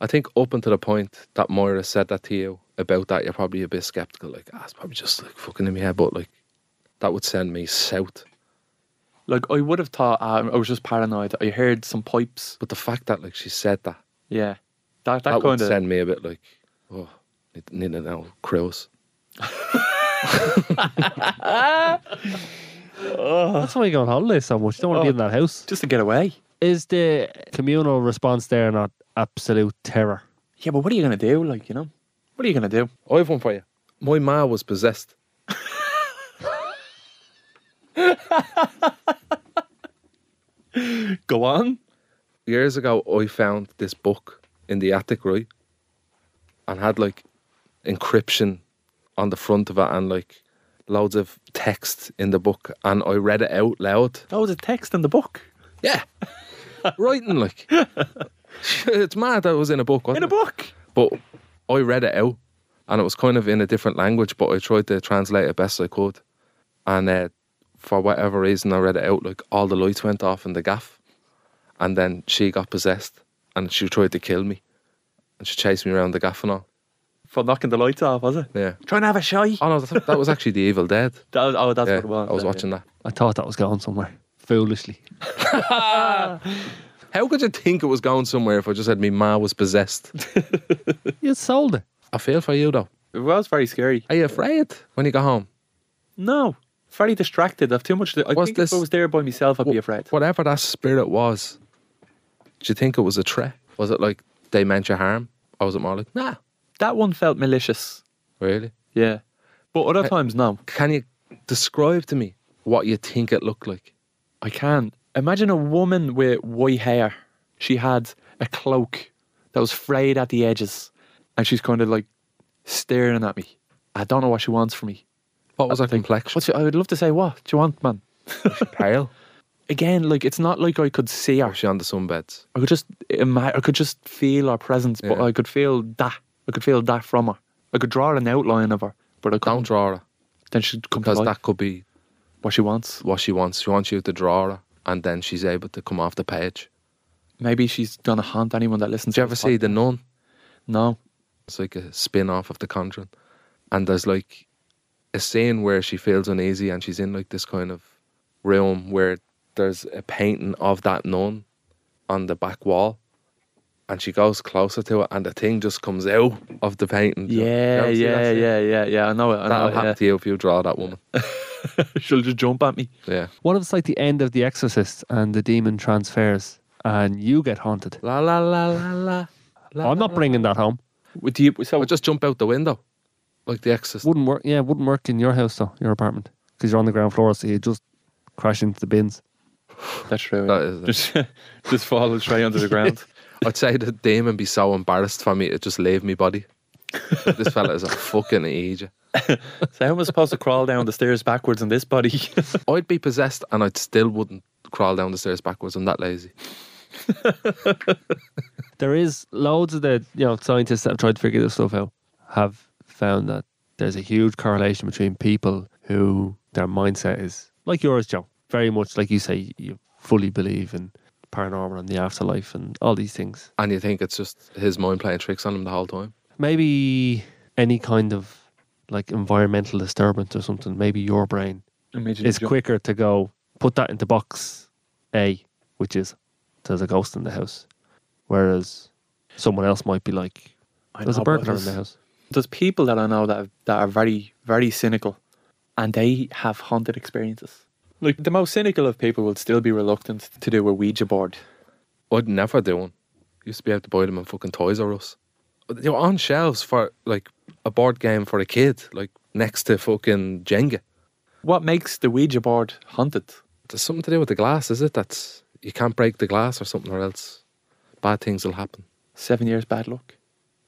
D: I think up until the point that Moira said that to you about that, you're probably a bit skeptical. Like, ah, it's probably just like fucking in my head, but like, that would send me south.
G: Like I would have thought uh, I was just paranoid. I heard some pipes.
D: But the fact that like she said that,
G: Yeah,
D: that,
G: that that,
D: would
G: kind of
D: send me a bit like, oh, need, need to know crows.
F: That's why you go on holiday so much. You don't want to be in that house.
G: just to get away.
F: Is the communal response there not absolute terror?
G: Yeah, but what are you gonna do? Like you know, what are you gonna do?
D: I have one for you. My ma was possessed.
G: Go on.
D: years ago I found this book in the attic, right? And had like encryption on the front of it and like loads of text in the book and I read it out loud.
G: That was Oh, a text in the book.
D: Yeah. Writing like it's mad that it was in a book, wasn't
G: In a
D: it?
G: book.
D: But I read it out and it was kind of in a different language, but I tried to translate it best I could. And uh, for whatever reason, I read it out like all the lights went off in the gaff. And then she got possessed and she tried to kill me. And she chased me around the gaff and all.
G: For knocking the lights off, was it?
D: Yeah.
G: Trying to have a shy.
D: Oh no, that, that was actually the Evil Dead.
G: That was, oh, that's
D: Yeah,
G: what it was.
D: I was
G: yeah,
D: watching that.
F: I thought that was going somewhere. Foolishly.
D: How could you think it was going somewhere if I just said me ma was possessed?
F: You sold it.
D: I feel for you though.
G: yeah. It was very scary.
D: Are you afraid when you go home?
G: No, very distracted. I've too much. To, I
D: What's
G: think
D: this?
G: if I was there by myself, I'd be afraid.
D: Whatever that spirit was, do you think it was a threat? Was it like dementia harm? Or was it more like, nah,
G: That one felt malicious.
D: really?
G: Yeah, but other times no.
D: Can you describe to me what you think it looked like?
G: I can't. Imagine a woman with white hair. She had a cloak that was frayed at the edges, and she's kind of like staring at me. I don't know what she wants from me.
D: What was her complexion?
G: What's your, I would love to say, what do you want, man?
D: pale?
G: Again, like it's not like I could see her.
D: Was she on the sunbeds?
G: I could just, ima- I could just feel her presence, but
D: Yeah.
G: I could feel that. I could feel that from her. I could draw an outline of her, but I
D: Don't
G: couldn't.
D: draw her
G: Then she'd come to
D: because
G: life,
D: that could be
G: what she wants.
D: what she wants. She wants you to draw her and then she's able to come off the page.
G: Maybe she's gonna haunt anyone that listens.
D: Did you
G: to
D: ever
G: this
D: see
G: pod-
D: The Nun?
G: No.
D: It's like a spin off of The Conjuring. And there's like a scene where she feels uneasy and she's in like this kind of room where there's a painting of that nun on the back wall. And she goes closer to it and the thing just comes out of the painting. Do you- do you
G: Yeah,
D: ever see that
G: yeah,
D: scene?
G: yeah, yeah, yeah. I know it. I
D: That'll
G: know it,
D: happen
G: yeah.
D: to you if you draw that woman.
G: She'll just jump at me.
D: Yeah.
F: What if it's like the end of The Exorcist and the demon transfers and you get haunted?
D: La la la la la. la
F: I'm not bringing that home.
G: Would you? So
D: I just jump out the window, like the exorcist.
F: Wouldn't work. Yeah, wouldn't work in your house though, your apartment, because you're on the ground floor, so you just crash into the bins.
G: that's true.
D: That is it.
G: Just, just fall straight onto the ground.
D: I'd say the demon be so embarrassed for me to just leave me body. this fella is a fucking idiot.
G: So how am I supposed to crawl down the stairs backwards in this body?
D: I'd be possessed and I'd still wouldn't crawl down the stairs backwards. I'm that lazy.
F: There is loads of the you know scientists that have tried to figure this stuff out have found that there's a huge correlation between people who their mindset is like yours, Joe. Very much like you say, you fully believe in paranormal and the afterlife and all these things.
D: And you think it's just his mind playing tricks on him the whole time?
F: Maybe any kind of like environmental disturbance or something. Maybe your brain
G: Immediately
F: is
G: jump-
F: quicker to go put that into box A, which is there's a ghost in the house, whereas someone else might be like
G: I
F: there's a
G: know, but
F: burglar in the
G: there's-
F: house.
G: There's people that I know that are, that are very, very cynical, and they have haunted experiences. Like the most cynical of people will still be reluctant to do a Ouija board.
D: I'd never do one. Used to be able to buy them in fucking Toys R Us. They were on shelves for like a board game for a kid, like next to fucking Jenga.
G: What makes the Ouija board haunted?
D: There's something to do with the glass, is it? That's you can't break the glass or something, or else bad things will happen.
G: Seven years bad luck.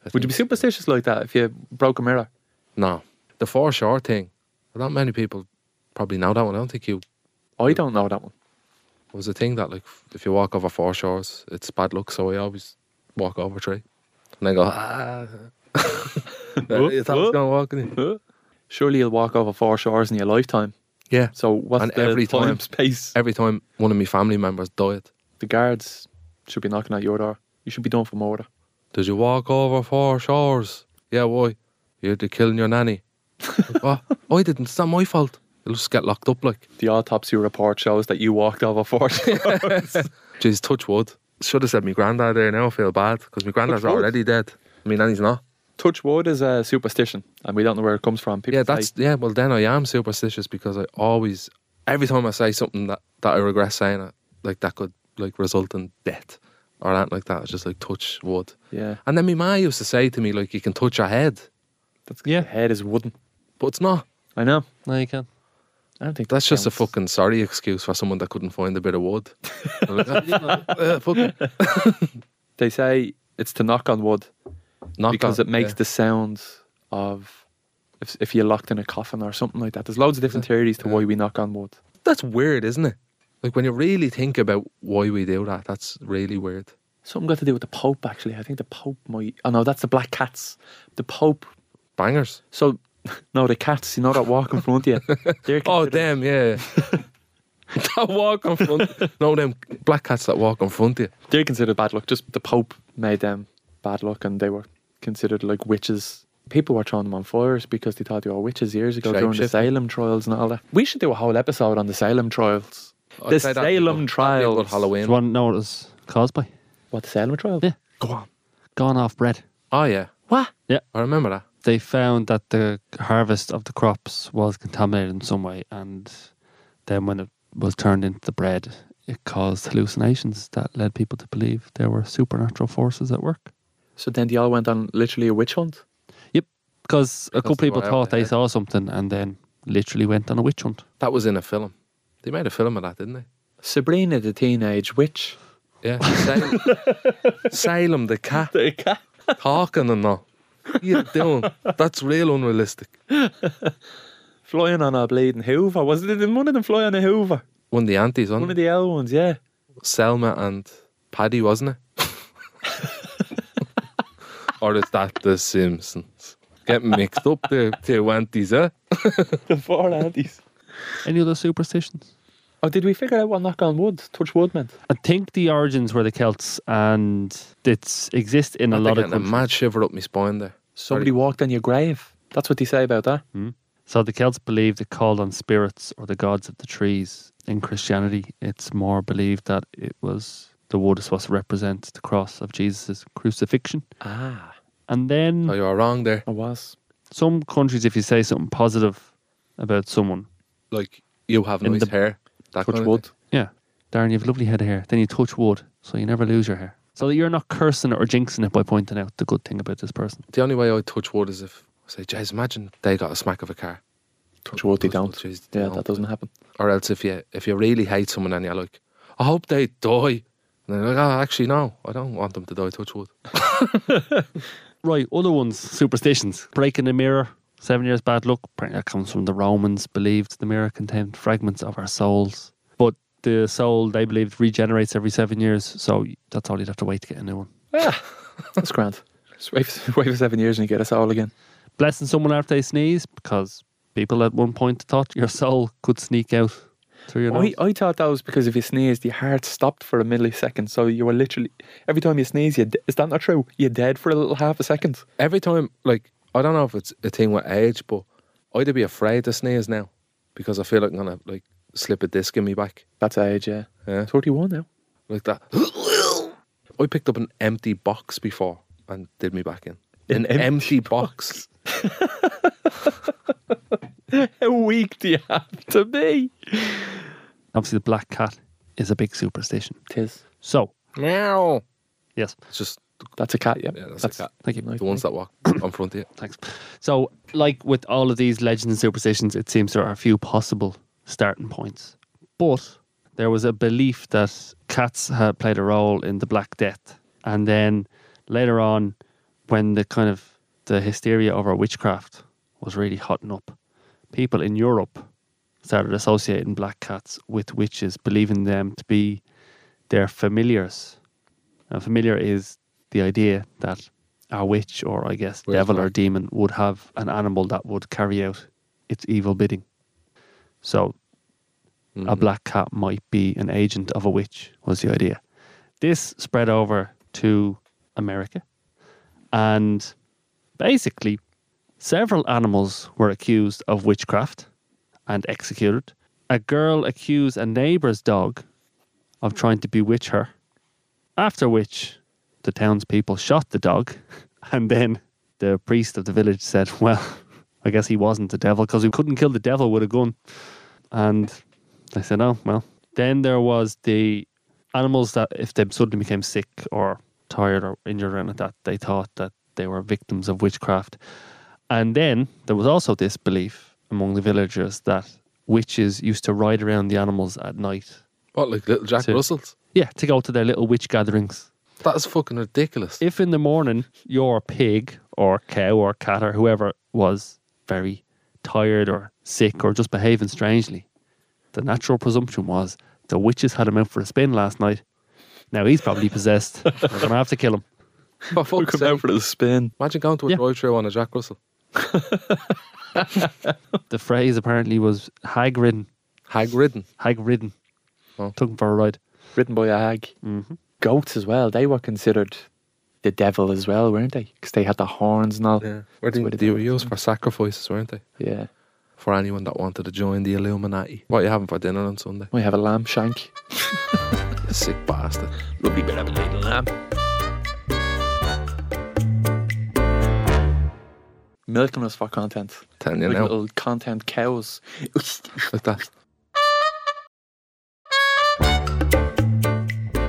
D: I
G: Would you be
D: think.
G: superstitious like that if you broke a mirror?
D: No, the for sure thing. Not many people probably know that one. I don't think you
G: I don't know that one.
D: was a thing that like if you walk over four shores, it's bad luck. So I always walk over three, and I go ah. you thought I was
G: whoop.
D: gonna walk in.
G: Surely you'll walk over four shores in your lifetime.
D: Yeah.
G: So what's
D: And
G: the
D: every
G: time,
D: time-
G: space?
D: Every time one of my family members died,
G: The guards should be knocking at your door. You should be done for murder.
D: did you walk over four shores? Yeah, why? You're killing your nanny. like, what? Oh, I didn't. It's not my fault. You'll just get locked up like.
G: The autopsy report shows that you walked over four shores.
D: Jeez, touch wood. Should have said my granddad there now. I feel bad because my granddad's
G: Touch wood.
D: already dead. I mean, nanny's not.
G: touch wood is a superstition, and we don't know where it comes from. People
D: Yeah,
G: say-
D: that's yeah. Well, then I am superstitious because I always, every time I say something that that I regret saying it, like that could like result in death or anything like that. It's just like touch wood.
G: yeah,
D: And then my ma used to say to me like, "You can touch your head,
G: that's
F: Yeah.
G: your head is wooden.
D: but it's not.
G: I know.
F: No, you can.
G: I don't think
D: That's
G: that
D: just a
G: counts.
D: fucking sorry excuse for someone that couldn't find a bit of wood." I'm like, "Uh, uh, fucking
G: They say it's to knock on wood
D: knock
G: because
D: on."
G: it makes
D: Yeah.
G: the sound of if, if you're locked in a coffin or something like that. There's loads of different theories to why we knock on wood.
D: that's weird, isn't it? Like when you really think about why we do that, that's really weird.
G: Something got to do with the Pope, actually. I think the Pope might. Oh no, that's the Black Cats. The Pope.
D: Bangers.
G: So, no, the cats. You know that walk in front of you. They're
D: Oh
G: considered-
D: damn, yeah. that walk in front. No, them black cats that walk in front of you.
G: they're considered bad luck. Just the Pope made them bad luck, and they were considered like witches. People were throwing them on fires because they thought they were witches years ago during the
D: Shapeshifting.
G: Salem trials and all that. We should do a whole episode on the Salem trials.
D: I'd
G: the
D: say that'd be
G: Salem
D: good. That'd be a
G: trials.
D: good Halloween.
F: Do you want to know what it was caused by?
G: What the Salem trials?
F: Yeah.
G: Go on.
F: Gone off bread.
D: Oh yeah,
G: What?
D: I remember that.
F: They found that the harvest of the crops was contaminated in some way, and then when it was turned into the bread, it caused hallucinations that led people to believe there were supernatural forces at work.
G: So then they all went on literally a witch hunt.
F: Because a couple
D: they
F: people
D: were out
F: thought
D: there.
F: they saw something and then literally went on a witch hunt.
D: That was in a film. They made a film of that, didn't they?
G: Sabrina the teenage witch.
D: Yeah. Salem, Salem the cat
G: The cat.
D: talking and all. What you doing? That's real unrealistic.
G: Flying on a bleeding Hoover. Was it did one of them fly on a Hoover?
D: One of the aunties on
G: One of the old ones, yeah.
D: Selma and Paddy, wasn't it? or is that The Simpsons? Getting mixed up there, two aunties, eh?
G: The four aunties.
F: Any other superstitions?
G: Oh, did we figure out what knock on wood, touch wood meant?
F: I think the origins were the Celts, and it exists in a
D: I'm
F: lot of
D: getting a
F: countries.
D: mad shiver up my spine there.
G: Somebody walked on your grave. That's what they say about that.
F: So the Celts believed it called on spirits or the gods of the trees. In Christianity, it's more believed that it was the wood is what represents the cross of Jesus' crucifixion.
G: Ah,
F: And
D: Oh,
F: then
D: you are wrong there.
G: I was.
F: some countries, if you say something positive about someone,
D: Like, you have
F: In
D: nice
F: the-
D: hair. That
G: Touch
D: kind of
G: wood.
D: thing.
F: yeah, Darren, you have lovely head of hair. Then you touch wood, so you never lose your hair. So that you're not cursing it or jinxing it by pointing out the good thing about this person.
D: The only way I touch wood is if I say, Jays, imagine they got a smack of a car.
G: Touch wood, they
D: Touch wood,
G: don't.
D: jeez, they
G: Yeah,
D: don't.
G: that doesn't happen.
D: Or else if you if you really hate someone and you're like, I hope they die. And they're like, oh, actually, no, I don't want them to die, touch wood.
F: Right, other ones, superstitions. Breaking the mirror, seven years bad luck. Apparently that comes from the Romans, believed the mirror contained fragments of our souls. But the soul, they believed, regenerates every seven years, so that's all you'd have to wait to get a new one.
G: That's grand. Just wait, for, wait for seven years and you get us all again.
F: Blessing someone after they sneeze, because people at one point thought your soul could sneak out through your nose.
E: I, I thought that was because if you sneezed, your heart stopped for a millisecond. So you were literally, every time you sneeze, you de- is that not true? You're dead for a little half a second.
D: Every time, like, I don't know if it's a thing with age, but I'd be afraid to sneeze now because I feel like I'm gonna like slip a disc in me back,
E: That's age, yeah.
D: Yeah.
E: 31 now.
D: like that. I picked up an empty box before and did me back in. An, empty, box.
E: How weak do you have to be?
F: Obviously, the black cat is a big superstition.
E: Tis.
F: So,
D: Meow.
F: yes,
D: It's just
E: That's a cat, yeah.
D: yeah, that's,
E: That's-
D: a cat.
F: thank you.
D: The ones that walk on front of you.
F: Thanks. So, like with all of these legends and superstitions, it seems there are a few possible starting points. But there was a belief that cats had played a role in the Black Death. And then later on, when the kind of the hysteria over witchcraft was really hotting up, people in Europe started associating black cats with witches, believing them to be their familiars. And Uh, familiar is the idea that a witch or I guess
D: Where's
F: devil or
D: black?
F: demon would have an animal that would carry out its evil bidding. So a black cat might be an agent of a witch was the idea. This spread over to America and basically several animals were accused of witchcraft and executed. A girl accused a neighbour's dog of trying to bewitch her, after which the townspeople shot the dog. And then the priest of the village said, Well, I guess he wasn't the devil because we couldn't kill the devil with a gun. And they said, Oh, well. Then there was the animals that, if they suddenly became sick or tired or injured or anything like that, they thought that they were victims of witchcraft. And then there was also this belief among the villagers that witches used to ride around the animals at night.
D: What, like little Jack
F: Two.
D: Russells?
F: Yeah, to go to their little witch gatherings.
D: That's fucking ridiculous.
F: If in the morning your pig or cow or cat or whoever was very tired or sick or just behaving strangely, the natural presumption was the witches had him out for a spin last night. Now he's probably possessed. We're going to have to kill him.
D: For
E: We
D: fuck's
E: come out
D: sake.
E: for the spin.
D: Imagine going to a
F: Yeah.
D: drive-through on a Jack Russell.
F: The phrase apparently was hag ridden,
D: Hag ridden.
F: hag ridden.
D: Oh.
F: Took him for a ride.
E: Written by a hag.
D: Mm-hmm.
F: Mhm.
E: Goats as well. They were considered the devil as well, weren't they? Because they had the horns and all.
D: Yeah. Where
E: That's
D: they,
E: what it
D: they were
E: is.
D: used for sacrifices, weren't they?
E: yeah.
D: For anyone that wanted to join the Illuminati. What are you having for dinner on Sunday?
E: We have a lamb shank.
D: You sick bastard.
E: Lovely bit of a little lamb. Milking us for content.
D: Telling you
E: like
D: now.
E: little content cows.
D: Like that.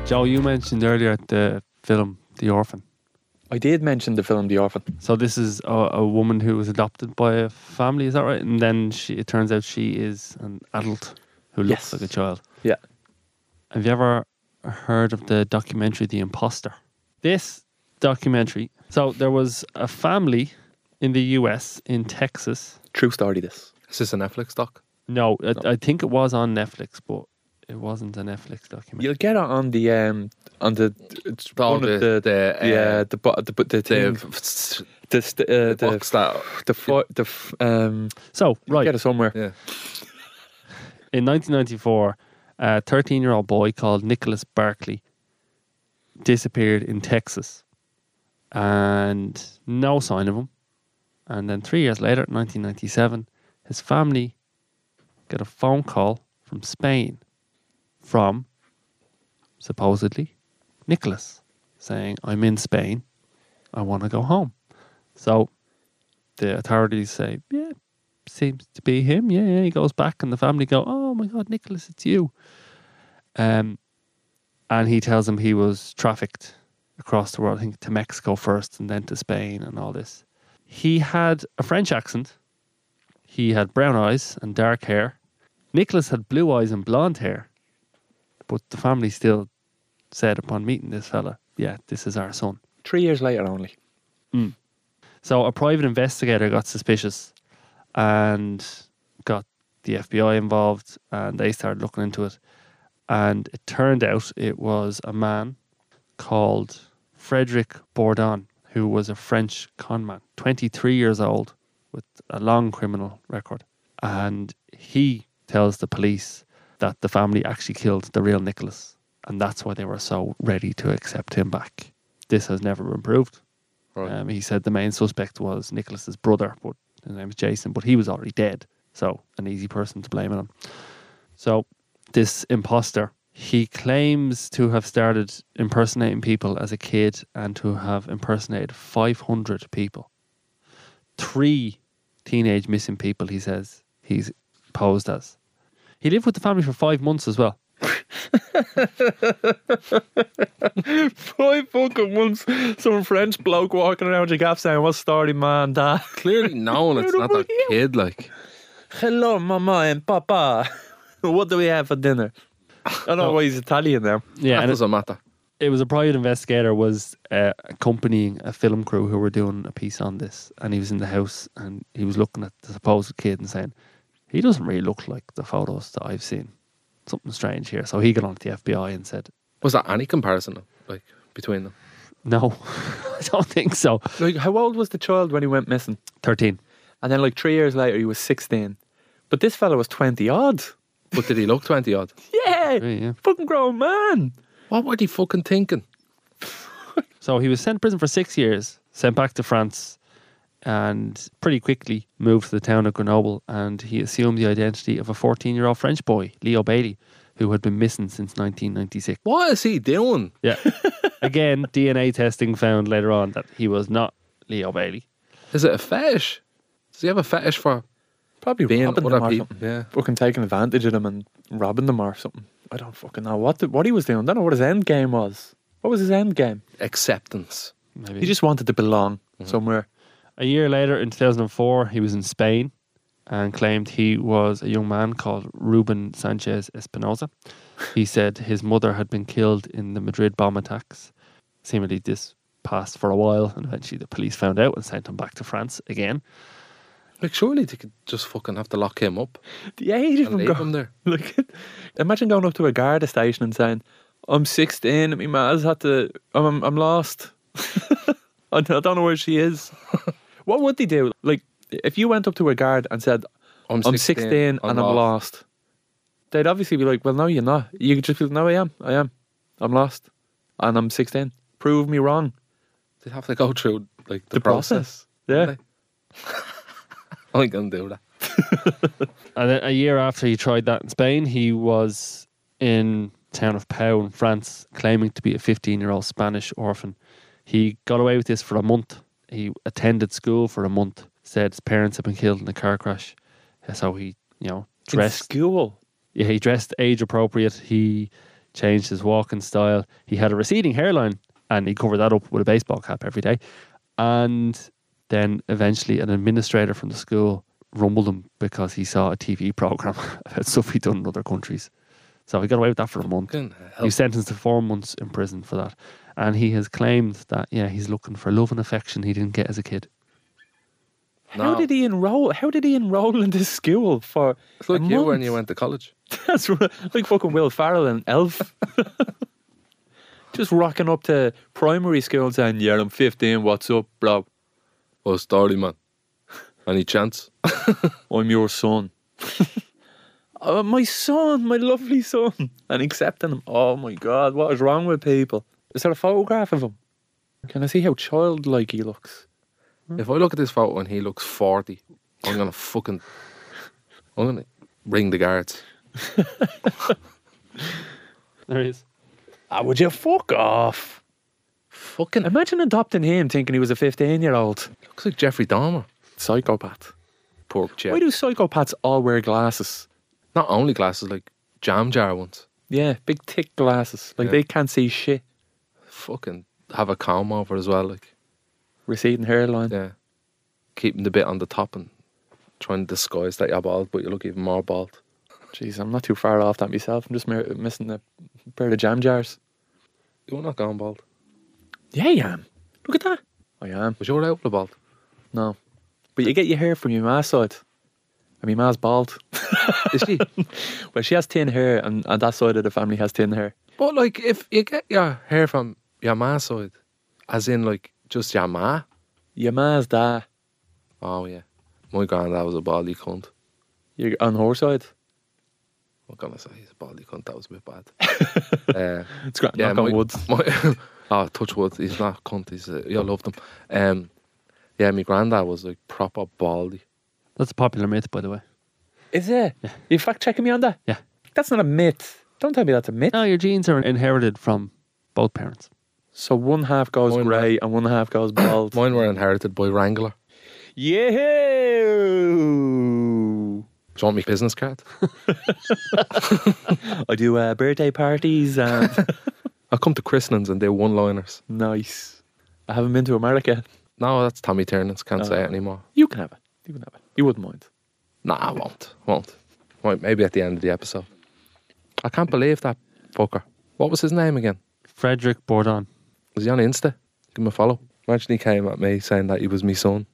F: Joe, you mentioned earlier the film The Orphan.
E: I did mention the film The Orphan.
F: So this is a, a woman who was adopted by a family, is that right? And then she, it turns out she is an adult who looks
E: Yes.
F: like a child.
E: Yeah.
F: Have you ever heard of the documentary The Imposter? This documentary. So there was a family in the U.S. in Texas.
E: True story, this.
D: Is this a Netflix doc?
F: No, I, I think it was on Netflix, but it wasn't a Netflix documentary.
E: You'll get it on the um on the it's
D: Oh,
E: one
D: the-
E: of the,
D: the, uh,
E: yeah the bo- the the the thing,
D: The,
E: the, st- uh, the,
D: box that.
E: the, fo- the f- um
F: So
E: right.
F: right,
E: get it somewhere
D: Yeah.
F: In 1994, a 13 year old boy called Nicholas Barkley disappeared in Texas and no sign of him. And then three years later, 1997, his family got a phone call from Spain from supposedly Nicholas saying, I'm in Spain. I want to go home. So the authorities say, yeah, seems to be him. Yeah, yeah, he goes back, and the family go, "Oh my God, Nicholas, it's you." Um, and he tells them he was trafficked across the world, I think to Mexico first, and then to Spain, and all this. He had a French accent. He had brown eyes and dark hair. Nicholas had blue eyes and blonde hair. But the family still said upon meeting this fella, "Yeah, this is our son."
E: three years later only
F: So a private investigator got suspicious and got the FBI involved and they started looking into it. And it turned out it was a man called Frederick Bourdon, who was a French con man, 23 years old with a long criminal record. And he tells the police that the family actually killed the real Nicholas, and that's why they were so ready to accept him back. This has never been proved.
D: Right.
F: Um, he said the main suspect was Nicholas's brother, but his name was Jason, but he was already dead, so an easy person to blame it on. So this imposter, he claims to have started impersonating people as a kid and to have impersonated 500 people. Three teenage missing people, he says he's posed as. He lived with the family for five months as well.
G: Five fucking months. Some French bloke walking around your gaff saying, What's starting, man, dad?
D: Clearly knowing it's not that kid, like.
G: Hello, mama and papa. what do we have for dinner? I don't know why he's Italian now.
F: Yeah,
D: that
F: and it-
D: doesn't matter.
F: it was a private investigator was uh, accompanying a film crew who were doing a piece on this, and he was in the house and he was looking at the supposed kid and saying, "He doesn't really look like the photos that I've seen. Something strange here." So he got on to the FBI and said,
D: Was that any comparison, like, between them?
F: "No, I don't think so."
G: Like, how old was the child when he went missing?
F: Thirteen.
G: And then, like, three years later, he was 16. But this fella was 20 odd.
D: But did he look 20 odd?
G: Yeah.
F: Yeah, yeah.
G: Fucking grown man.
D: What were they fucking thinking?
F: So he was sent to prison for six years, sent back to France, and pretty quickly moved to the town of Grenoble. And he assumed the identity of a 14 year old French boy, Leo Bailey, who had been missing since 1996.
D: What is he doing?
F: Yeah. Again, DNA testing found later on that he was not Leo Bailey.
D: Is it a fetish? Does he have a fetish for
G: Probably
D: being
G: robbing
D: other
G: them or
D: people?
G: something.
D: Yeah.
G: Fucking taking advantage of them and robbing them or something. I don't fucking know what the, what he was doing. I don't know what his end game was. What was his end game?
D: Acceptance.
F: Maybe.
G: He just wanted to belong somewhere.
F: a year later, in 2004, he was in Spain and claimed he was a young man called Ruben Sanchez Espinosa. He said his mother had been killed in the Madrid bomb attacks. Seemingly, this passed for a while, and eventually the police found out and sent him back to France again.
D: Like, surely they could just fucking have to lock him up
G: The age of
D: and
G: him
D: leave him
G: go-
D: there.
G: Look, imagine going up to a Garda station and saying, "I'm 16. My ma's had to. I'm I'm, I'm lost. I don't I don't know where she is." what would they do? Like, if you went up to a guard and said,
D: I'm
G: I'm 16, and I'm lost. They'd obviously be like, well, no, you're not. You could just be like, no, I am. I am. I'm lost. And I'm 16. Prove me wrong.
D: They'd have to go through, like, the,
G: The, process. Yeah.
D: I ain't gonna do that.
F: And then a year after he tried that in Spain, he was in town of Pau in France, claiming to be a 15-year-old Spanish orphan. He got away with this for a month. He attended school for a month. Said his parents had been killed in a car crash, so he, you know,
G: In
F: dressed
G: school.
F: yeah, he dressed age appropriate. He changed his walking style. He had a receding hairline and he covered that up with a baseball cap every day. And then eventually, an administrator from the school rumbled him because he saw a TV program about stuff he'd done in other countries. So he got away with that for a month.
D: Fucking
F: He
D: hell.
F: was sentenced to four months in prison for that. And he has claimed that, yeah, he's looking for love and affection he didn't get as a kid.
G: How
D: No.
G: did he enroll? How did he enroll in this school for?
D: It's like
G: a
D: you
G: month?
D: when you went to college.
G: That's right. like fucking Will Farrell and Elf. Just rocking up to primary school and saying, "Yeah, I'm 15. What's up, bro?
D: Oh, story, man. Any chance?
G: I'm your son. oh, my son, my lovely son. And accepting him. Oh my God, what is wrong with people? Is there a photograph of him? Can I see how childlike he looks?
D: Mm-hmm. If I look at this photo and he looks 40, I'm gonna fucking. I'm gonna ring the guards.
F: There he is.
G: Ah, would you fuck off?
D: Fucking.
G: Imagine adopting him thinking he was a 15 year old.
D: looks like Jeffrey Dahmer.
G: Psychopath.
D: Pork chip.
G: Why do psychopaths all wear glasses?
D: Not only glasses, like jam jar ones.
G: Yeah, big thick glasses. Like
D: Yeah.
G: they can't see shit.
D: Fucking have a comb over as well, like.
G: Receding hairline.
D: Yeah. Keeping the bit on the top and trying to disguise that you're bald, but you look even more bald.
G: Jeez, I'm not too far off that myself. I'm just mer- missing a pair of jam jars.
D: You're not gone bald.
G: Yeah, I am. Look at that. I am.
D: Was your outfit bald?
G: No. But you get your hair from your ma's side. And my ma's bald.
D: Is she?
G: Well, she has thin hair, and, and that side of the family has thin hair.
D: but like, if you get your hair from your ma's side, as in like just your ma.
G: Your ma's dad,
D: Oh yeah, my granddad was a baldy cunt.
G: you're on her side.
D: What can I say? He's a baldy cunt. That was a bit bad. uh,
G: It's great.
D: yeah,
G: Knock on
D: my-
G: wood.
D: my- oh, touch wood. He's not cunt. He's uh, yeah, I loved him. Um, yeah, my granddad was like proper baldy.
F: That's a popular myth, by the way.
G: Is it? You fact checking me on that?
F: Yeah.
G: That's not a myth. Don't tell me that's a myth.
F: No, your genes are inherited from both parents.
G: So one half goes
D: Mine-
G: grey and one half goes bald.
D: Mine were inherited by Wrangler.
G: Yahoo!
D: Do you want my business card?
G: I do uh, birthday parties and
D: I come to christenings and they're one-liners.
G: nice. I haven't been to America.
D: No, that's Tommy Tiernan. Can't say it anymore.
G: You can have it. You can have it. You wouldn't mind.
D: Nah, I won't. Won't. Won't. Maybe at the end of the episode. I can't believe that fucker. What was his name again?
F: Frederick Bourdon.
D: Was he on Insta? Give him a follow. Imagine he came at me saying that he was my son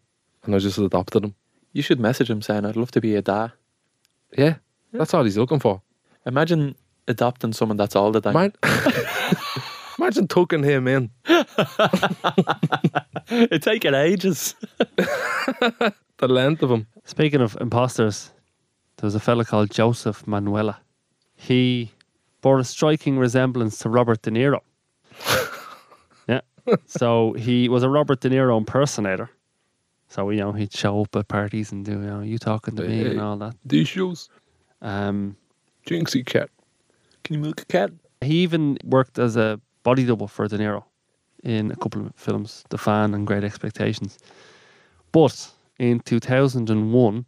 D: and I just adopted him.
G: You should message him saying, I'd love to be a dad.
D: Yeah, that's all he's looking for.
G: Imagine adopting someone that's older than
D: Mind- Imagine tucking him in.
G: It's taking ages.
D: The length of him.
F: Speaking of imposters, there was a fella called Joseph Manuela. He bore a striking resemblance to Robert De Niro. yeah. So he was a Robert De Niro impersonator. So, you know, he'd show up at parties and do, you know, you talking to me and all that.
D: These shoes.
F: Um,
D: Jinxie cat.
G: Can you milk a cat?
F: he even worked as a body double for De Niro in a couple of films, The Fan and Great Expectations. But in 2001,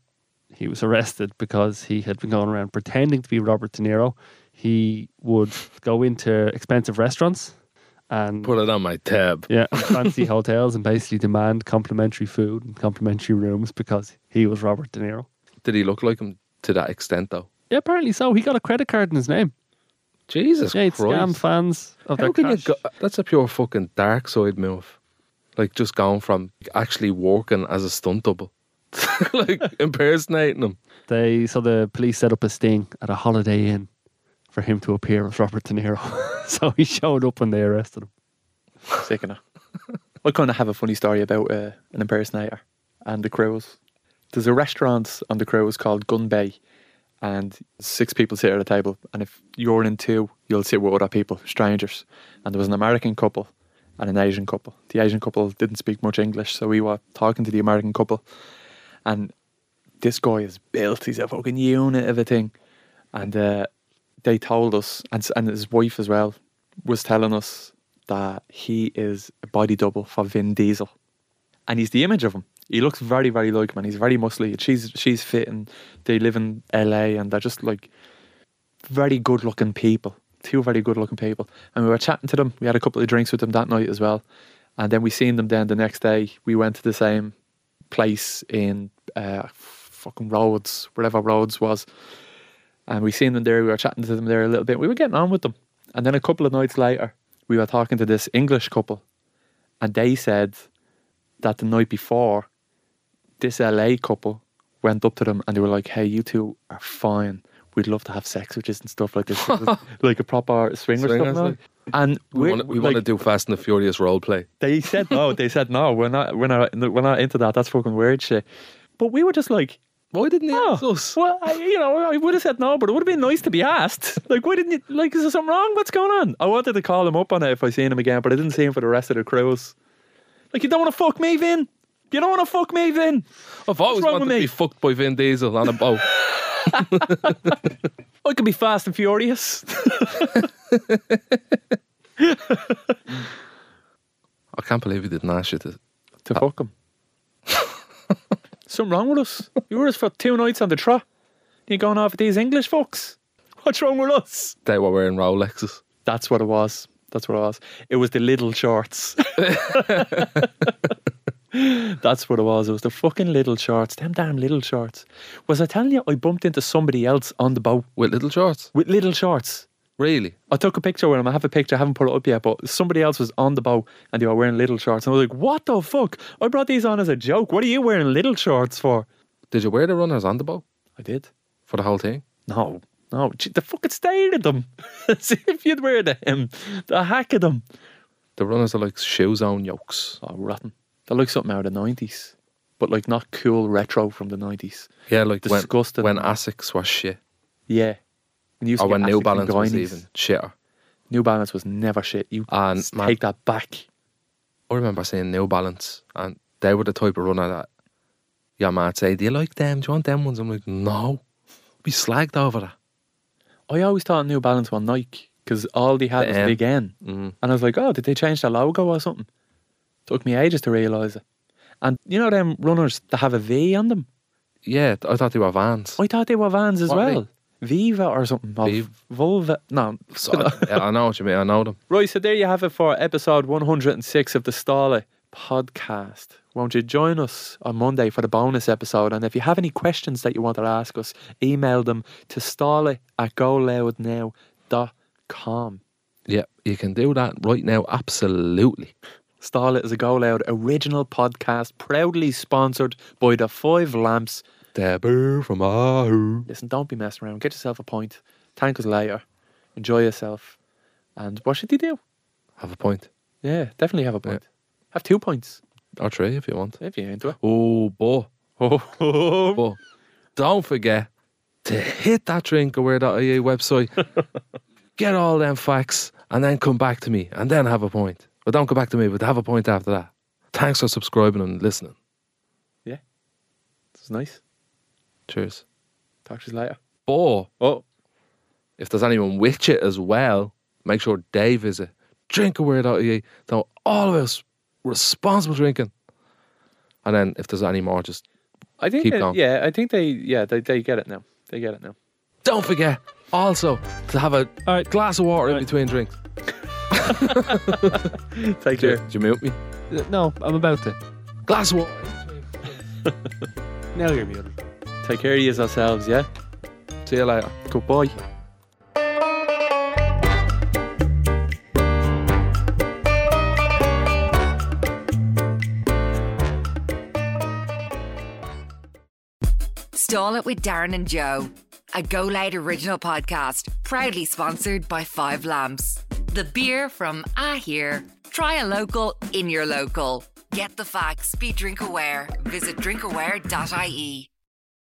F: he was arrested because he had been going around pretending to be Robert De Niro. He would go into expensive restaurants and
D: Put it on my tab.
F: yeah, fancy hotels and basically demand complimentary food and complimentary rooms because he was Robert De Niro.
D: Did he look like him to that extent though?
F: Yeah, apparently so. He got a credit card in his name.
D: Jesus
F: Yeah, he'd scam
D: Christ.
F: fans of their
D: How can you
F: cash.
D: go- That's a pure fucking dark side move. Like just going from actually working as a stunt double. like impersonating him.
F: They so the police set up a sting at a Holiday Inn for him to appear as Robert De Niro. so he showed up when they arrested him.
G: Sick enough. I kind of have a funny story about uh, an impersonator and the crows. There's a restaurant on the crows called Gun Bay, and six people sit at a table. And if you're in two, you'll sit with other people, strangers. And there was an American couple and an Asian couple. The Asian couple didn't speak much English, so we were talking to the American couple, and this guy is built. He's a fucking unit of a thing. And uh, they told us, and, s- and his wife as well, was telling us that he is a body double for Vin Diesel. And he's the image of him. He looks very, very like him, and he's very muscly. and She's she's fit, and they live in LA, and they're just like very good looking people. Two very good looking people. And we were chatting to them. We had a couple of drinks with them that night as well. And then we seen them then the next day. We went to the same place in uh, fucking Rhodes, wherever Rhodes was. And we seen them there. We were chatting to them there a little bit. We were getting on with them. And then a couple of nights later, we were talking to this English couple. And they said that the night before, this LA couple went up to them and they were like, hey, you two are fine. We'd love to have sex with us and stuff like this. like a proper swinger
D: Swingers,
G: stuff. now.
D: like.
G: And
D: We want we want to do Fast and the Furious role play.
G: they said no. They said no. We're not. We're not. We're not into that. That's fucking weird shit. But we were just like,
D: Why didn't he ask
G: oh,
D: us?
G: well, I, you know, I would have said no, but it would have been nice to be asked. Like, why didn't you? Like, is there something wrong? What's going on? I wanted to call him up on it if I seen him again, but I didn't see him for the rest of the cruise. Like, you don't want to fuck me, Vin. You don't want to fuck me, Vin.
D: I've always
G: wrong
D: wanted
G: with
D: to
G: me?
D: be fucked by Vin Diesel oh, on a boat.
G: I could be fast and furious.
D: I can't believe he didn't ask you to.
G: to fuck him. Something wrong with us? You were us for two nights on the trot. You're going off with these English fucks. What's wrong with us?
D: They were wearing Rolexes.
G: That's what it was. That's what it was. It was the little shorts. That's what it was. It was the fucking little shorts. Them damn little shorts. Was I telling you I bumped into somebody else on the boat
D: With little shorts.
G: with little shorts?
D: Really?
G: I took a picture with him. I have a picture. I haven't put it up yet, but somebody else was on the boat and they were wearing little shorts. And I was like, what the fuck? I brought these on as a joke. What are you wearing little shorts for?
D: Did you wear the runners on the boat
G: I did.
D: for the whole thing?
G: No, no. Gee, They fucking stared at them. As if you'd wear them. The hack of them.
D: The runners are like shoes on yokes.
G: Oh, rotten. That looks something out of the 90s, but like not cool retro from the 90s.
D: Yeah, like when,
G: Disgusting.
D: when Asics was shit.
G: Yeah. When you used
D: Or
G: to
D: Oh, when
G: get
D: New
G: Asics and
D: Balance was
G: Guineas.
D: even shitter.
G: New Balance was never shit. You
D: And
G: s-
D: man-
G: take that back.
D: I remember seeing New Balance, and they were the type of runner that your mate say, "Do you like them? Do you want them ones?" I'm like, "No." Be slagged over that.
G: I always thought New Balance were Nike because all they had
D: The
G: was
D: M.
G: Big N.
D: Mm.
G: And I was like, oh, did they change their logo or something? Took me ages to realise it. And you know them runners that have a V on them?
D: Yeah, I thought they were Vans.
G: I thought they were Vans as
D: What are
G: well. Viva or something. Or
D: Viv-
G: Vulva. No.
D: So, I, I know what you mean. I know them.
G: Right, so there you have it for episode 106 of the Stala podcast. Won't you join us on Monday for the bonus episode? And if you have any questions that you want to ask us, email them to stala at goloudnow.com.
D: Yeah, you can do that right now. Absolutely.
G: Starlet is a Go Loud original podcast proudly sponsored by the Five Lamps.
D: The beer from Ahu.
G: Listen, don't be messing around. Get yourself a pint. Thank us later. Enjoy yourself. And what should you do?
D: Have a point
G: Yeah, definitely have a pint. Have two pints
D: or three if you want.
G: if you're into it.
D: Oh, boy.
G: Oh,
D: But don't forget to hit that drinkaware.ie website, get all them facts, and then come back to me and then have a point. But don't come back to me, but have a point after that. Thanks for subscribing and listening.
G: it's nice.
D: Cheers.
G: Talk to you later.
D: But
G: Oh,
D: if there's anyone with it as well, make sure they visit drinkaware.ie. Now, all of us responsible drinking. And then if there's any more, just
G: I think
D: Keep
G: they,
D: going.
G: yeah, I think they yeah they, they get it now. They get it now.
D: don't forget also to have a
G: All right.
D: glass of water in
G: Alright.
D: between drinks.
G: Take
D: Do you,
G: care.
D: do you mute me?
F: No, I'm about to.
D: Glass of water.
F: Now you're muted.
G: Take care of yourselves. Yeah.
D: See you later.
G: Goodbye.
A: Stall It with Darren and Joe, a Go Loud original podcast, proudly sponsored by Five Lamps. The beer from Ah Here. Try a local in your local. Get the facts, be drink aware. Visit drinkaware.ie.